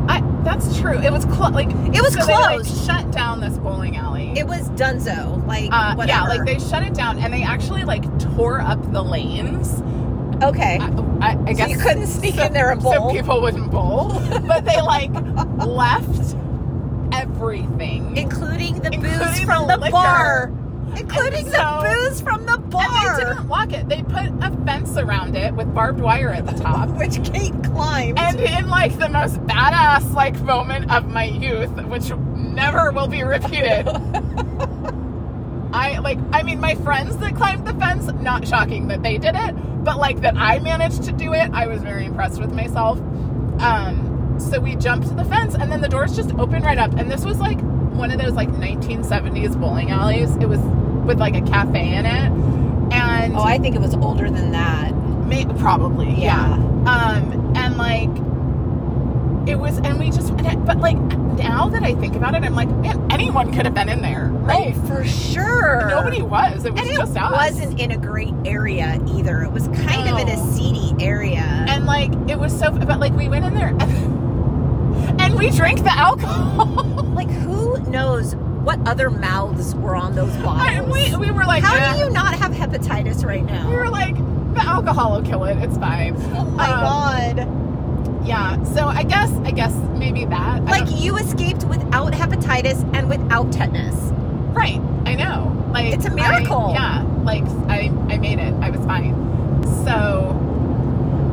Speaker 2: I, that's true. It was clo- like
Speaker 1: It was
Speaker 2: so they, like,
Speaker 1: closed.
Speaker 2: shut down this bowling alley.
Speaker 1: It was Dunzo, like
Speaker 2: uh,
Speaker 1: whatever.
Speaker 2: yeah, like they shut it down and they actually like tore up the lanes.
Speaker 1: okay.
Speaker 2: I, I, I
Speaker 1: so
Speaker 2: guess
Speaker 1: you couldn't sneak
Speaker 2: so-
Speaker 1: in there and
Speaker 2: So
Speaker 1: bowl.
Speaker 2: people wouldn't bowl, but they like left everything.
Speaker 1: including the booze
Speaker 2: Including
Speaker 1: from
Speaker 2: the
Speaker 1: the,
Speaker 2: liquor.
Speaker 1: bar. Including
Speaker 2: so-
Speaker 1: the booze from the
Speaker 2: And they
Speaker 1: bar,
Speaker 2: didn't lock it. They put a fence around it with barbed wire at the top.
Speaker 1: which Kate climbed.
Speaker 2: And in like the most badass like moment of my youth, which never will be repeated. I like I mean my friends that climbed the fence, not shocking that they did it, but like that I managed to do it, I was very impressed with myself. Um so we jumped the fence and then the doors just opened right up and this was like one of those like 1970s bowling alleys. It was with like a cafe in it. And
Speaker 1: oh, I think it was older than that.
Speaker 2: May, probably, yeah.
Speaker 1: Yeah.
Speaker 2: Um, and like it was, and we just, and I- but like now that I think about it, I'm like, man, anyone could have been in there, right?
Speaker 1: Oh, for sure.
Speaker 2: Nobody was. It was
Speaker 1: and it
Speaker 2: just us.
Speaker 1: wasn't in a great area either. It was kind of in
Speaker 2: No.
Speaker 1: a seedy area.
Speaker 2: And like it was so, but like we went in there, and, and we drank the alcohol.
Speaker 1: like, who knows what other mouths were on those
Speaker 2: and
Speaker 1: bottles?
Speaker 2: we we were like,
Speaker 1: How
Speaker 2: "Eh."
Speaker 1: do you not have hepatitis right now?
Speaker 2: We were like, the alcohol will kill it. It's fine.
Speaker 1: oh my
Speaker 2: um,
Speaker 1: god!
Speaker 2: Yeah. So I guess I guess maybe that I
Speaker 1: Like
Speaker 2: don't-
Speaker 1: you escaped without hepatitis and without tetanus.
Speaker 2: Right. I know. Like
Speaker 1: It's a
Speaker 2: I-
Speaker 1: miracle.
Speaker 2: yeah. Like I, I made it. I was fine. So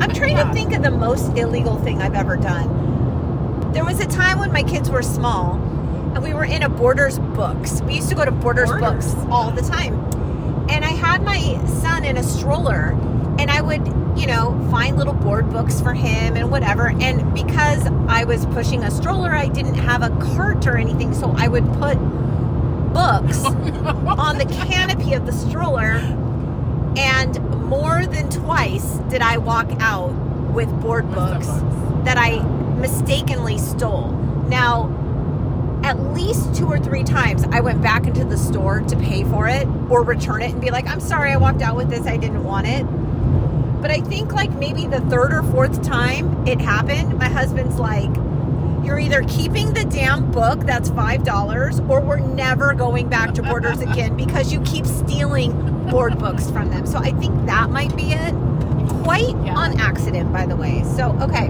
Speaker 1: I'm trying
Speaker 2: Yeah.
Speaker 1: to think of the most illegal thing I've ever done. There was a time when my kids were small and we were in a Borders Books. We used to go to Borders,
Speaker 2: Borders.
Speaker 1: Books all the time. And I had my son in a stroller and I would, you know, find little board books for him and whatever. And because I was pushing a stroller, I didn't have a cart or anything. So I would put books on the canopy of the stroller, and more than twice did I walk out with board books that I mistakenly stole. Now, at least two or three times, I went back into the store to pay for it or return it and be like, I'm sorry, I walked out with this, I didn't want it. But I think, like, maybe the third or fourth time it happened, my husband's like, You're either keeping the damn book, that's $5, or we're never going back to Borders again because you keep stealing board books from them. So I think that might be it. Quite
Speaker 2: Yeah.
Speaker 1: on accident, by the way. So, okay.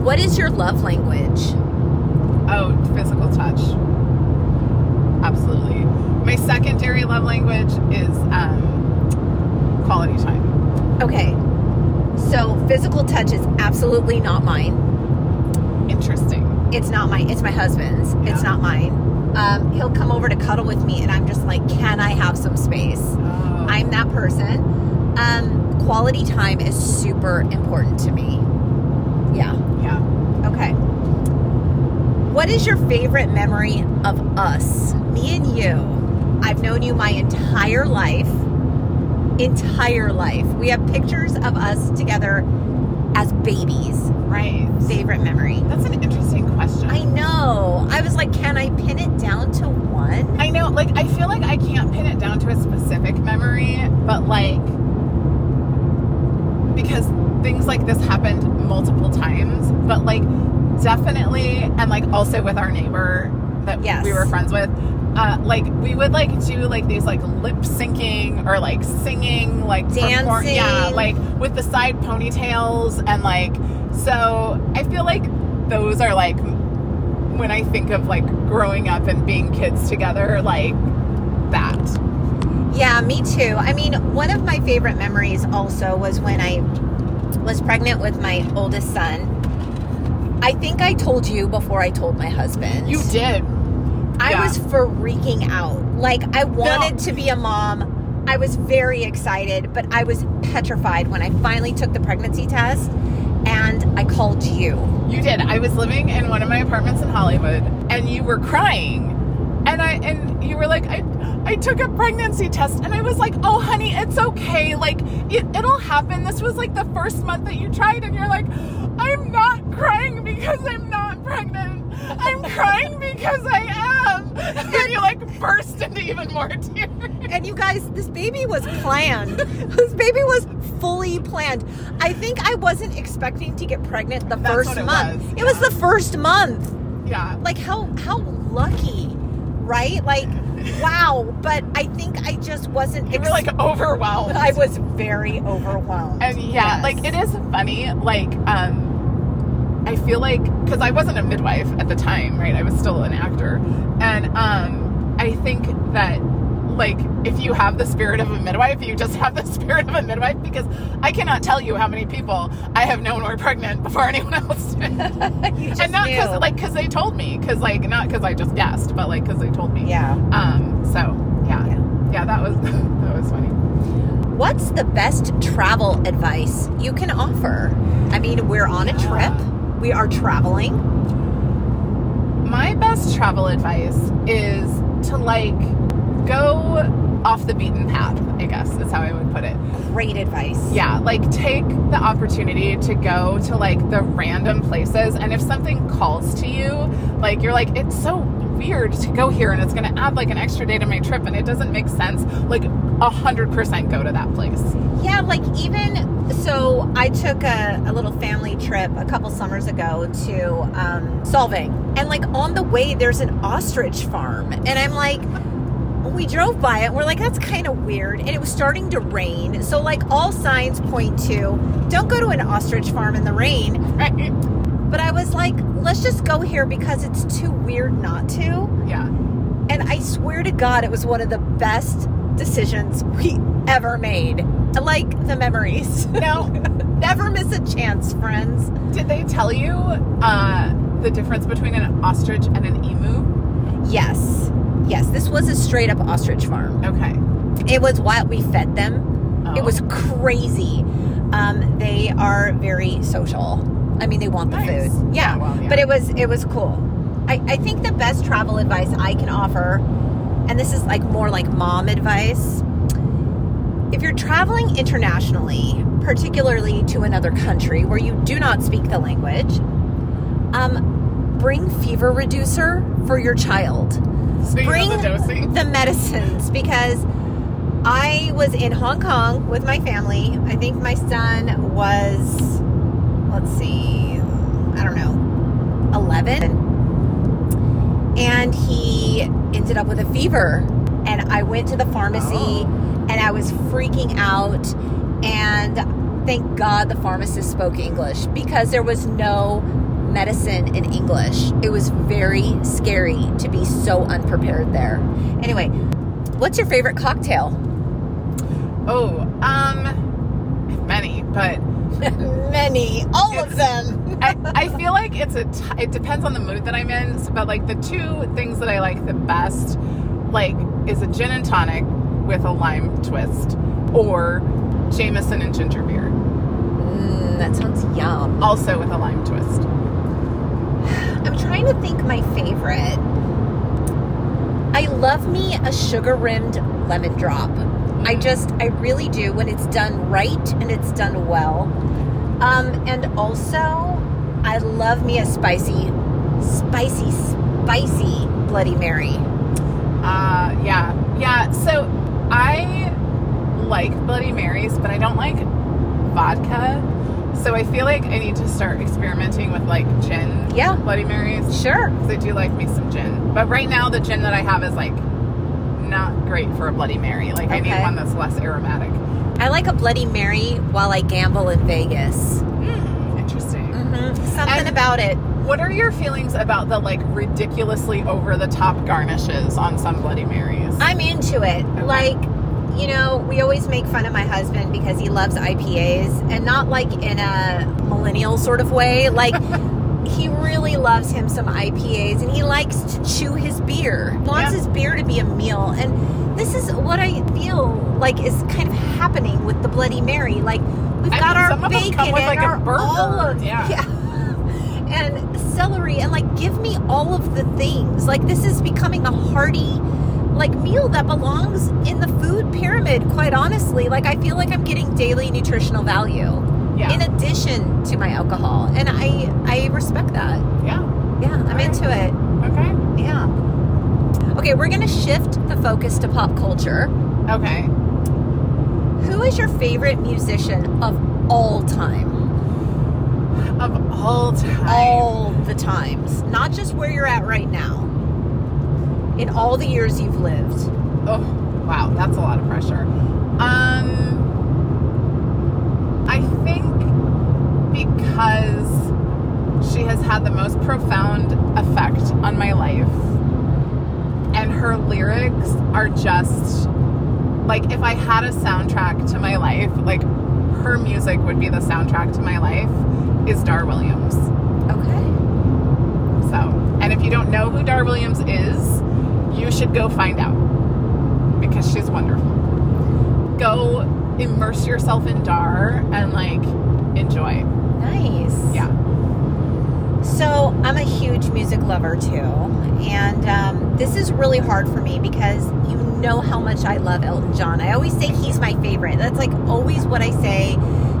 Speaker 1: What is your love language?
Speaker 2: Oh, physical touch. Absolutely. My secondary love language is um, quality time.
Speaker 1: Okay. So physical touch is absolutely not mine.
Speaker 2: Interesting.
Speaker 1: It's not mine. It's my husband's.
Speaker 2: Yeah.
Speaker 1: It's not mine. Um, he'll come over to cuddle with me, and I'm just like, can I have some space?
Speaker 2: Oh.
Speaker 1: I'm that person. Um, quality time is super important to me. Yeah.
Speaker 2: yeah.
Speaker 1: Okay. What is your favorite memory of us? Me and you. I've known you my entire life. Entire life. We have pictures of us together as babies.
Speaker 2: Right.
Speaker 1: favorite memory?
Speaker 2: That's an interesting question.
Speaker 1: I know. I was like, can I pin it down to one?
Speaker 2: I know, like, I feel like I can't pin it down to a specific memory, but like, because things like this happened multiple times, but like, definitely, and like, also with our neighbor that
Speaker 1: Yes.
Speaker 2: we were friends with, uh, like, we would like do like these like lip syncing or like singing, like, perform- yeah,
Speaker 1: Dancing.
Speaker 2: like with the side ponytails, and like, so I feel like those are like when I think of like growing up and being kids together, like that.
Speaker 1: Yeah, me too. I mean, one of my favorite memories also was when I was pregnant with my oldest son. I think I told you before I told my husband.
Speaker 2: You did.
Speaker 1: I
Speaker 2: yeah.
Speaker 1: was freaking out. Like, I wanted
Speaker 2: No.
Speaker 1: to be a mom. I was very excited, but I was petrified when I finally took the pregnancy test and I called you.
Speaker 2: You did. I was living in one of my apartments in Hollywood and you were crying. And I and you were like, I I took a pregnancy test and I was like, oh honey, it's okay. Like it, it'll happen. This was like the first month that you tried and you're like, I'm not crying because I'm not pregnant. I'm crying because I am. And you like burst into even even more tears.
Speaker 1: And you guys, this baby was planned. this baby was fully planned. I think I wasn't expecting to get pregnant the
Speaker 2: That's
Speaker 1: first
Speaker 2: what it
Speaker 1: month.
Speaker 2: was,
Speaker 1: It was the first month.
Speaker 2: Yeah.
Speaker 1: Like how how lucky, right? Like wow. But I think I just wasn't.
Speaker 2: You were like overwhelmed.
Speaker 1: I was very overwhelmed.
Speaker 2: And yeah,
Speaker 1: Yes.
Speaker 2: like it is funny. Like, um, I feel like because I wasn't a midwife at the time, right? I was still an actor, and um, I think that like if you have the spirit of a midwife, you just have the spirit of a midwife because I cannot tell you how many people I have known were pregnant before anyone else did, and
Speaker 1: You just
Speaker 2: not
Speaker 1: knew.
Speaker 2: because like because they told me, because like not because I just guessed, but like because they told me.
Speaker 1: yeah.
Speaker 2: Um. So yeah,
Speaker 1: Yeah.
Speaker 2: yeah, that was that was funny.
Speaker 1: What's the best travel advice you can offer? I mean, we're on a trip. We are traveling.
Speaker 2: my best travel advice is to like go off the beaten path, I guess is how I would put it.
Speaker 1: Great advice.
Speaker 2: Yeah, like take the opportunity to go to like the random places and if something calls to you, like you're like it's so weird to go here and it's going to add like an extra day to my trip and it doesn't make sense, like 100% go to that place.
Speaker 1: Yeah, like even so, I took a, a little family trip a couple summers ago to um, Solving, and like on the way, there's an ostrich farm, and I'm like, we drove by it, and we're like, that's kind of weird, and it was starting to rain, so like all signs point to don't go to an ostrich farm in the rain,
Speaker 2: Right?
Speaker 1: but I was like, let's just go here because it's too weird not to.
Speaker 2: Yeah.
Speaker 1: And I swear to God, it was one of the best decisions we ever made. I Like the memories.
Speaker 2: Now,
Speaker 1: Never miss a chance, friends.
Speaker 2: did they tell you uh the difference between an ostrich and an emu?
Speaker 1: Yes. Yes, this was a straight up ostrich farm.
Speaker 2: Okay.
Speaker 1: It was what we fed them. It
Speaker 2: Oh.
Speaker 1: was crazy. Um, they are very social. I mean, they want the
Speaker 2: Nice.
Speaker 1: food. Yeah.
Speaker 2: well, yeah.
Speaker 1: But it was it was cool. I, I think the best travel advice I can offer, and this is like more like mom advice. If you're traveling internationally, particularly to another country where you do not speak the language, um, bring fever reducer for your child.
Speaker 2: Speaking
Speaker 1: bring
Speaker 2: of the dosing.
Speaker 1: the medicines because I was in Hong Kong with my family. I think my son was, let's see, I don't know, 11. And he ended up with a fever. And I went to the pharmacy and I was freaking out. And thank God the pharmacist spoke English because there was no medicine in English. It was very scary to be so unprepared there. Anyway, what's your favorite cocktail?
Speaker 2: Oh, um, many, but
Speaker 1: Many, all of them.
Speaker 2: I, I feel like it's a. T- it depends on the mood that I'm in. so- But like the two things that I like the best, like is a gin and tonic with a lime twist, or Jameson and ginger beer,
Speaker 1: Mm, that sounds yum.
Speaker 2: also with a lime twist.
Speaker 1: I'm trying to think my favorite. I love me a sugar rimmed lemon drop. I just, I really do when it's done right and it's done well. Um, and also, I love me a spicy, spicy, spicy Bloody Mary.
Speaker 2: Uh, yeah, yeah. So I like Bloody Marys, but I don't like vodka. So I feel like I need to start experimenting with like gin
Speaker 1: Yeah.
Speaker 2: Bloody Marys.
Speaker 1: Sure.
Speaker 2: Because I do like me some gin. But right now, the gin that I have is like not great for a Bloody Mary. Like, I
Speaker 1: Okay.
Speaker 2: need one that's less aromatic.
Speaker 1: I like a Bloody Mary while I gamble in Vegas. Hmm.
Speaker 2: Mm, interesting.
Speaker 1: Mm-hmm. Something
Speaker 2: And-
Speaker 1: about it.
Speaker 2: What are your feelings about the like ridiculously over the top garnishes on some Bloody Marys?
Speaker 1: I'm into it.
Speaker 2: Okay.
Speaker 1: Like, you know, we always make fun of my husband because he loves IPAs and not like in a millennial sort of way. Like, he really loves him some IPAs and he likes to chew his beer. He wants
Speaker 2: Yeah.
Speaker 1: his beer to be a meal. And this is what I feel like is kind of happening with the Bloody Mary. Like, we've
Speaker 2: I
Speaker 1: got
Speaker 2: mean,
Speaker 1: our
Speaker 2: some of them
Speaker 1: bacon
Speaker 2: come with,
Speaker 1: and
Speaker 2: like, a
Speaker 1: our
Speaker 2: burger.
Speaker 1: olive-
Speaker 2: Yeah.
Speaker 1: and celery and like give me all of the things. Like this is becoming a hearty like meal that belongs in the food pyramid, quite honestly. Like I feel like I'm getting daily nutritional value
Speaker 2: yeah.
Speaker 1: in addition to my alcohol. And I I respect that.
Speaker 2: yeah.
Speaker 1: Yeah, I'm
Speaker 2: Alright.
Speaker 1: into it.
Speaker 2: Okay.
Speaker 1: Yeah. Okay, we're going to shift the focus to pop culture.
Speaker 2: Okay.
Speaker 1: Who is your favorite musician of all time?
Speaker 2: Of all time.
Speaker 1: All the times. Not just where you're at right now. In all the years you've lived.
Speaker 2: Oh, wow, that's a lot of pressure. Um, I think because she has had the most profound effect on my life, and her lyrics are just like if I had a soundtrack to my life, like her music would be the soundtrack to my life, is Dar Williams.
Speaker 1: Okay.
Speaker 2: So, and if you don't know who Dar Williams is, you should go find out because she's wonderful. Go immerse yourself in Dar and like enjoy.
Speaker 1: Nice.
Speaker 2: Yeah.
Speaker 1: So I'm a huge music lover too, and um, this is really hard for me because you know how much I love Elton John. I always say he's my favorite. That's like always what I say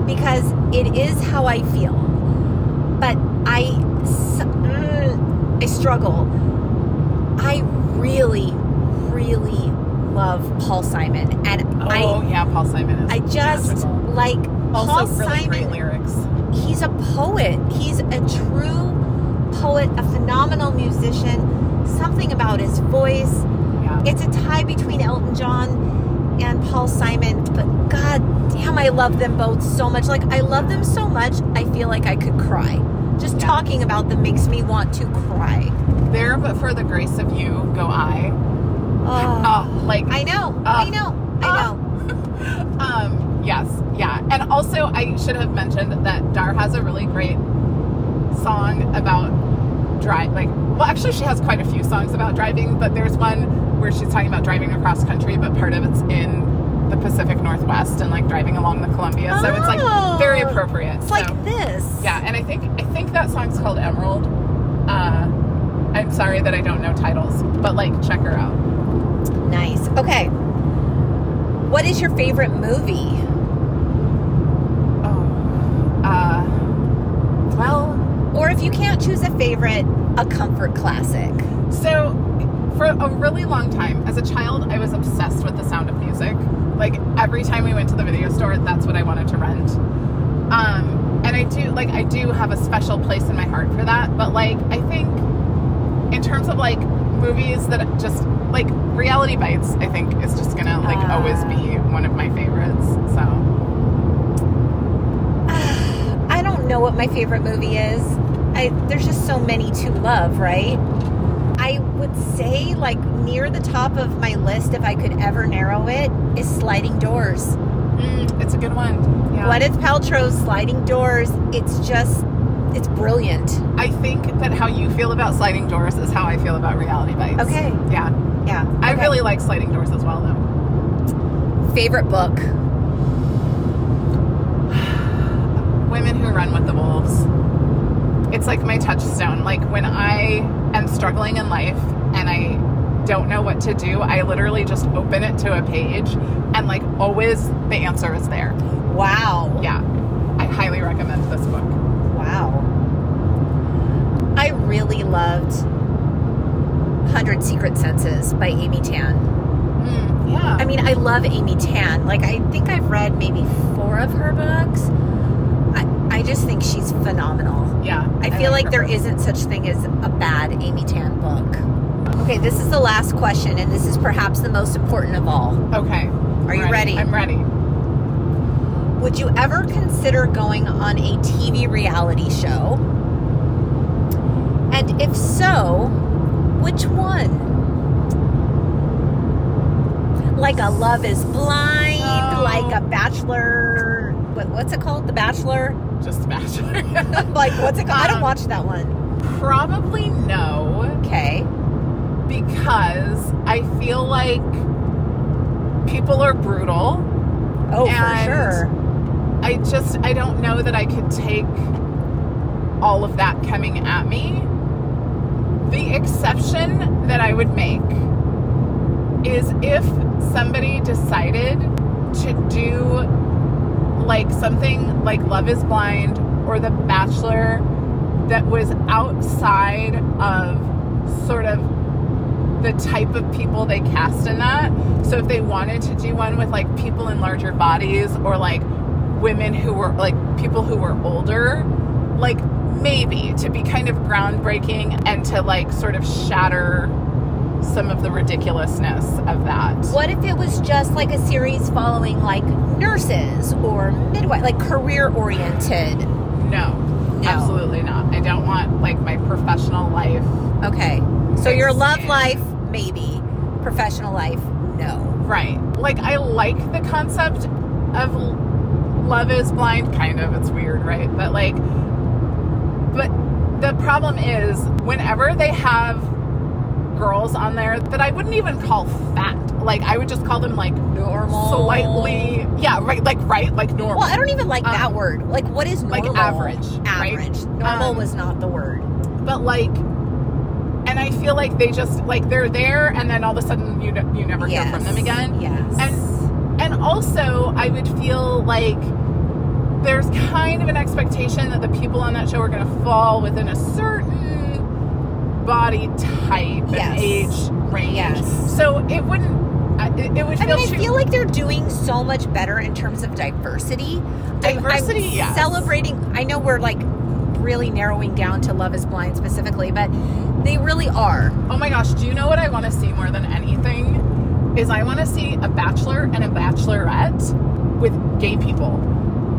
Speaker 1: because it is how I feel. But I, s- mm, I struggle. I really, really love Paul Simon, and
Speaker 2: Oh
Speaker 1: I,
Speaker 2: yeah, Paul Simon is.
Speaker 1: I just
Speaker 2: magical.
Speaker 1: like
Speaker 2: also
Speaker 1: Paul
Speaker 2: really
Speaker 1: Simon
Speaker 2: great lyrics.
Speaker 1: he's a poet. He's a true poet, a phenomenal musician. Something about his voice.
Speaker 2: Yeah.
Speaker 1: It's a tie between Elton John and Paul Simon, but god damn, I love them both so much. Like, I love them so much, I feel like I could cry. Just
Speaker 2: Yeah.
Speaker 1: talking about them makes me want to cry.
Speaker 2: There, but for the grace of you, go I.
Speaker 1: Oh,
Speaker 2: Oh, like
Speaker 1: I know,
Speaker 2: Ah.
Speaker 1: I know, I
Speaker 2: Ah.
Speaker 1: know.
Speaker 2: Um, yes, yeah. And also, I should have mentioned that Dar has a really great song about drive. Like, well, actually, she has quite a few songs about driving, but there's one where she's talking about driving across country, but part of it's in the Pacific Northwest and like driving along the Columbia. So it's
Speaker 1: Oh.
Speaker 2: like very appropriate.
Speaker 1: It's
Speaker 2: so,
Speaker 1: like this.
Speaker 2: yeah, and I think I think that song's called Emerald. Uh, I'm sorry that I don't know titles, but like check her out.
Speaker 1: Nice. Okay. What is your favorite movie?
Speaker 2: Oh, uh, well.
Speaker 1: Or if you can't choose a favorite, a comfort classic.
Speaker 2: So, for a really long time, as a child, I was obsessed with the sound of music. Like, every time we went to the video store, that's what I wanted to rent. Um, and I do, like, I do have a special place in my heart for that. But, like, I think in terms of, like, movies that just, like, Reality Bites, I think is just gonna, like,
Speaker 1: Ah.
Speaker 2: always be one of my favorites. So,
Speaker 1: I don't know what my favorite movie is. I there's just so many to love, right? I would say like near the top of my list if I could ever narrow it is Sliding Doors.
Speaker 2: mm, it's a good one. Yeah.
Speaker 1: Gwyneth Paltrow's Sliding Doors, it's just it's brilliant.
Speaker 2: I think that how you feel about sliding doors is how I feel about Reality Bites.
Speaker 1: Okay.
Speaker 2: Yeah.
Speaker 1: Yeah.
Speaker 2: I
Speaker 1: okay.
Speaker 2: really like sliding doors as well, though.
Speaker 1: favorite book.
Speaker 2: Women Who Run with the Wolves. It's like my touchstone. Like when I am struggling in life and I don't know what to do, I literally just open it to a page and like always the answer is there.
Speaker 1: Wow.
Speaker 2: Yeah. I highly recommend this book.
Speaker 1: Wow. I really loved 100 Secret Senses by Amy Tan.
Speaker 2: yeah.
Speaker 1: I mean, I love Amy Tan. Like, I think I've read maybe four of her books. I, I just think she's phenomenal.
Speaker 2: yeah.
Speaker 1: I, feel like there
Speaker 2: there is.
Speaker 1: isn't such thing as a bad Amy Tan book. Okay, this is the last question, and this is perhaps the most important of all.
Speaker 2: Okay. Are
Speaker 1: you ready?
Speaker 2: I'm ready.
Speaker 1: Would you ever consider going on a TV reality show? And if so, which one? Like a Love is Blind,
Speaker 2: No.
Speaker 1: like a Bachelor. What, what's it called? The Bachelor?
Speaker 2: Just bachelor.
Speaker 1: like, what's it called? I don't
Speaker 2: Um,
Speaker 1: watch that one.
Speaker 2: Probably no.
Speaker 1: Okay.
Speaker 2: because I feel like people are brutal.
Speaker 1: Oh,
Speaker 2: and-
Speaker 1: for sure.
Speaker 2: I just I don't know that I could take all of that coming at me. The exception that I would make is if somebody decided to do like something like Love is Blind or The Bachelor that was outside of sort of the type of people they cast in that. So if they wanted to do one with like people in larger bodies or like women who were like people who were older, like maybe to be kind of groundbreaking and to like sort of shatter some of the ridiculousness of that.
Speaker 1: What if it was just like a series following like nurses or midwife, like career oriented?
Speaker 2: No, absolutely not. I don't want like my professional life.
Speaker 1: Okay. So
Speaker 2: Big
Speaker 1: your love
Speaker 2: span.
Speaker 1: life, maybe. Professional life, no.
Speaker 2: Right. Like I like the concept of l- love is blind kind of. It's weird, right? But like but the problem is whenever they have girls on there that I wouldn't even call fat. Like I would just call them like
Speaker 1: Normal.
Speaker 2: slightly yeah, right like right, like normal.
Speaker 1: Well, I don't even like
Speaker 2: Um,
Speaker 1: that word. Like, what is
Speaker 2: like
Speaker 1: normal?
Speaker 2: average, right?
Speaker 1: Average. Normal
Speaker 2: Um,
Speaker 1: was not the word.
Speaker 2: but like and I feel like they just like they're there and then all of a sudden you n- you never hear from them again.
Speaker 1: Yes.
Speaker 2: And- And also, I would feel like there's kind of an expectation that the people on that show are going to fall within a certain body type
Speaker 1: Yes.
Speaker 2: and age range.
Speaker 1: Yes.
Speaker 2: So it wouldn't. I- It, it would
Speaker 1: I
Speaker 2: feel,
Speaker 1: mean, I
Speaker 2: too-
Speaker 1: feel like they're doing so much better in terms of diversity. I'm-
Speaker 2: Diversity,
Speaker 1: I'm
Speaker 2: yes.
Speaker 1: Celebrating. I know we're like really narrowing down to Love Is Blind specifically, but they really are.
Speaker 2: Oh my gosh! Do you know what I want to see more than anything? Is I want to see a bachelor and a bachelorette with gay people.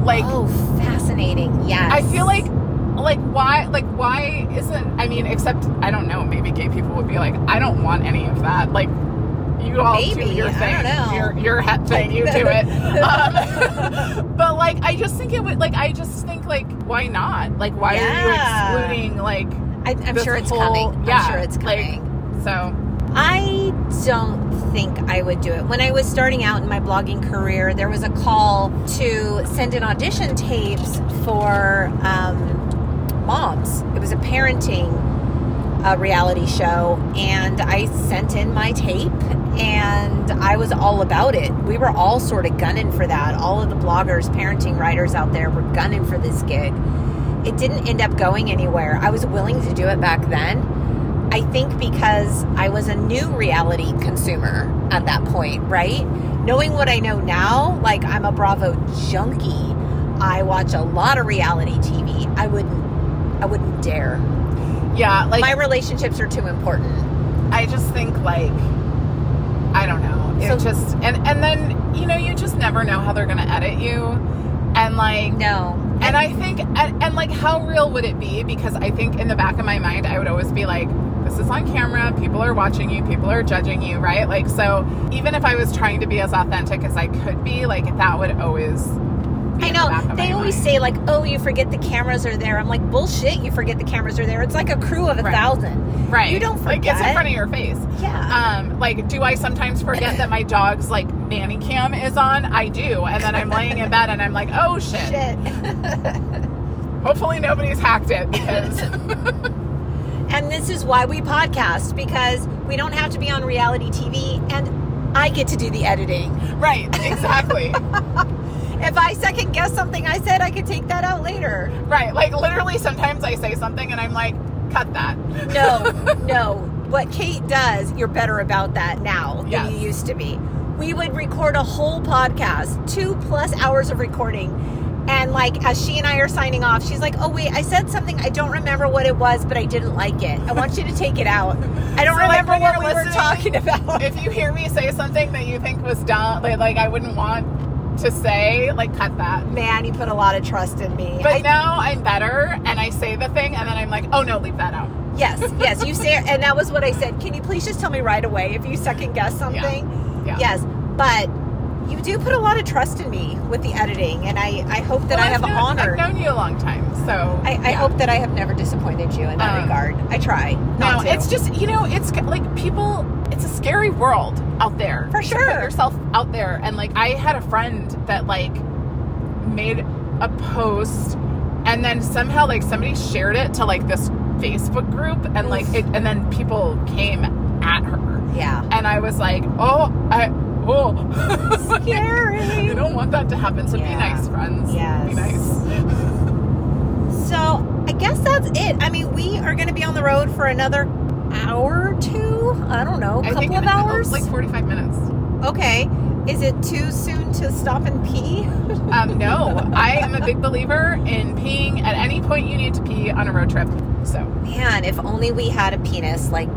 Speaker 2: Like
Speaker 1: oh, fascinating. Yes.
Speaker 2: I feel like like why like why isn't I mean except I don't know maybe gay people would be like I don't want any of that like you all do
Speaker 1: Maybe,
Speaker 2: your
Speaker 1: I
Speaker 2: thing
Speaker 1: don't know.
Speaker 2: your your hat thing you do it um, but like I just think it would like I just think like why not like why
Speaker 1: Yeah.
Speaker 2: are you excluding like
Speaker 1: I, I'm
Speaker 2: this
Speaker 1: sure it's
Speaker 2: whole-
Speaker 1: coming.
Speaker 2: yeah,
Speaker 1: I'm sure it's
Speaker 2: like-
Speaker 1: coming.
Speaker 2: so
Speaker 1: I don't think I would do it. When I was starting out in my blogging career, there was a call to send in audition tapes for um, moms. It was a parenting uh, reality show, and I sent in my tape, and I was all about it. We were all sort of gunning for that. All of the bloggers, parenting writers out there were gunning for this gig. It didn't end up going anywhere. I was willing to do it back then. I think because I was a new reality consumer at that point, right? Knowing what I know now, like I'm a Bravo junkie. I watch a lot of reality TV. I wouldn't I wouldn't dare.
Speaker 2: yeah like
Speaker 1: My relationships are too important.
Speaker 2: I just think like I don't know it
Speaker 1: So-
Speaker 2: just and and then you know you just never know how they're gonna edit you and like
Speaker 1: No.
Speaker 2: And I think, and, and like, how real would it be? Because I think in the back of my mind, I would always be like, this is on camera, people are watching you, people are judging you, right? Like, so even if I was trying to be as authentic as I could be, like, that would always. Be
Speaker 1: I
Speaker 2: in The back
Speaker 1: know.
Speaker 2: of
Speaker 1: They
Speaker 2: my
Speaker 1: always
Speaker 2: mind.
Speaker 1: say like, "Oh, you forget the cameras are there." I'm like, "Bullshit, you forget the cameras are there." It's like a crew of a
Speaker 2: Right.
Speaker 1: thousand.
Speaker 2: right.
Speaker 1: you don't
Speaker 2: Like, it's in
Speaker 1: forget.
Speaker 2: front of your face.
Speaker 1: Yeah.
Speaker 2: Um, like, do I sometimes forget that my dog's like nanny cam is on? I do, and then I'm laying in bed and I'm like, oh shit.
Speaker 1: Shit.
Speaker 2: Hopefully nobody's hacked it because
Speaker 1: And this is why we podcast because we don't have to be on reality TV and I get to do the editing.
Speaker 2: right, exactly.
Speaker 1: If I second guess something I said, I could take that out later.
Speaker 2: Right. Like literally sometimes I say something and I'm like, cut that.
Speaker 1: No, no. What Kate does, you're better about that now than
Speaker 2: Yes.
Speaker 1: you used to be. We would record a whole podcast, two plus hours of recording. And like as she and I are signing off, she's like, "Oh wait, I said something. I don't remember what it was, but I didn't like it. I want you to take it out. I don't
Speaker 2: So, like,
Speaker 1: remember
Speaker 2: when
Speaker 1: what we
Speaker 2: you're
Speaker 1: were
Speaker 2: listening-
Speaker 1: talking about."
Speaker 2: If you hear me say something that you think was dumb, like, like I wouldn't want to say, like cut that.
Speaker 1: Man, you put a lot of trust in me.
Speaker 2: But
Speaker 1: I-
Speaker 2: now I'm better and I say the thing and then I'm like, oh no, leave that out.
Speaker 1: Yes, yes, you say, and that was what I said. Can you please just tell me right away if you second guess something?
Speaker 2: Yeah.
Speaker 1: Yes, but you do put a lot of trust in me with the editing, and I, I hope that I
Speaker 2: Well,
Speaker 1: have
Speaker 2: I've known,
Speaker 1: honored.
Speaker 2: I've known you a long time, so
Speaker 1: I, I hope that I have never disappointed you in that
Speaker 2: Um,
Speaker 1: regard. I try.
Speaker 2: No,
Speaker 1: not to.
Speaker 2: it's just you know, it's ca- like people. It's a scary world out there.
Speaker 1: For
Speaker 2: To
Speaker 1: sure.
Speaker 2: put yourself out there, and like I had a friend that like made a post, and then somehow like somebody shared it to like this Facebook group, and like
Speaker 1: Oof.
Speaker 2: it, and then people came at her,
Speaker 1: yeah,
Speaker 2: and I was like, oh, I oh, you
Speaker 1: scary.
Speaker 2: don't want that to happen. So
Speaker 1: Yeah.
Speaker 2: be nice, friends. Be
Speaker 1: Yes.
Speaker 2: nice.
Speaker 1: So I guess that's it. I mean, we are going to be on the road for another hour or two? I don't know, a
Speaker 2: I think
Speaker 1: couple
Speaker 2: it
Speaker 1: of hours.
Speaker 2: is like 45 minutes.
Speaker 1: okay. Is it too soon to stop and pee?
Speaker 2: Um, no, I am a big believer in peeing at any point you need to pee on a road trip. So,
Speaker 1: Man, if only we had a penis like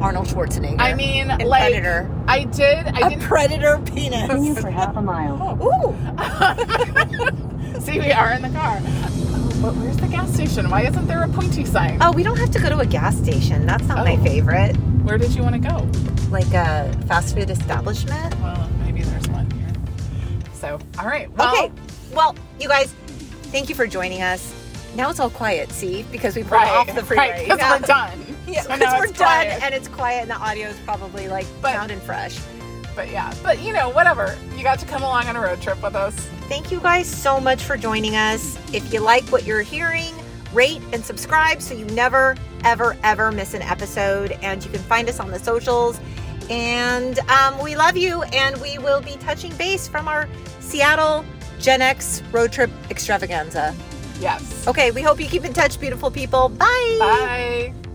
Speaker 1: Arnold Schwarzenegger.
Speaker 2: I mean,
Speaker 1: in
Speaker 2: like,
Speaker 1: Predator.
Speaker 2: I did, I
Speaker 1: A
Speaker 2: didn't.
Speaker 1: predator penis.
Speaker 3: Continue for half a mile.
Speaker 1: Ooh.
Speaker 2: See, we are in the car. Oh, but where's the gas station? Why isn't there a pointy sign?
Speaker 1: Oh, we don't have to go to a gas station. That's not my
Speaker 2: Oh.
Speaker 1: favorite.
Speaker 2: Where did you want to go?
Speaker 1: Like a fast food establishment.
Speaker 2: Well, maybe there's one here. So, all right. Well,
Speaker 1: okay. Well, you guys, thank you for joining us. Now it's all quiet, see? Because we pulled
Speaker 2: Right.
Speaker 1: off the freeway.
Speaker 2: right, 'cause
Speaker 1: Yeah.
Speaker 2: we're done.
Speaker 1: Yeah,
Speaker 2: So
Speaker 1: because
Speaker 2: now
Speaker 1: we're
Speaker 2: it's
Speaker 1: done
Speaker 2: quiet.
Speaker 1: and it's quiet and the audio is probably like
Speaker 2: But-
Speaker 1: sound and fresh.
Speaker 2: But yeah, but you know, whatever. You got to come along on a road trip with us.
Speaker 1: Thank you guys so much for joining us. If you like what you're hearing, rate and subscribe so you never, ever, ever miss an episode. And you can find us on the socials. And um, we love you. And we will be touching base from our Seattle Gen X road trip extravaganza.
Speaker 2: Yes.
Speaker 1: Okay, we hope you keep in touch, beautiful people. Bye.
Speaker 2: Bye.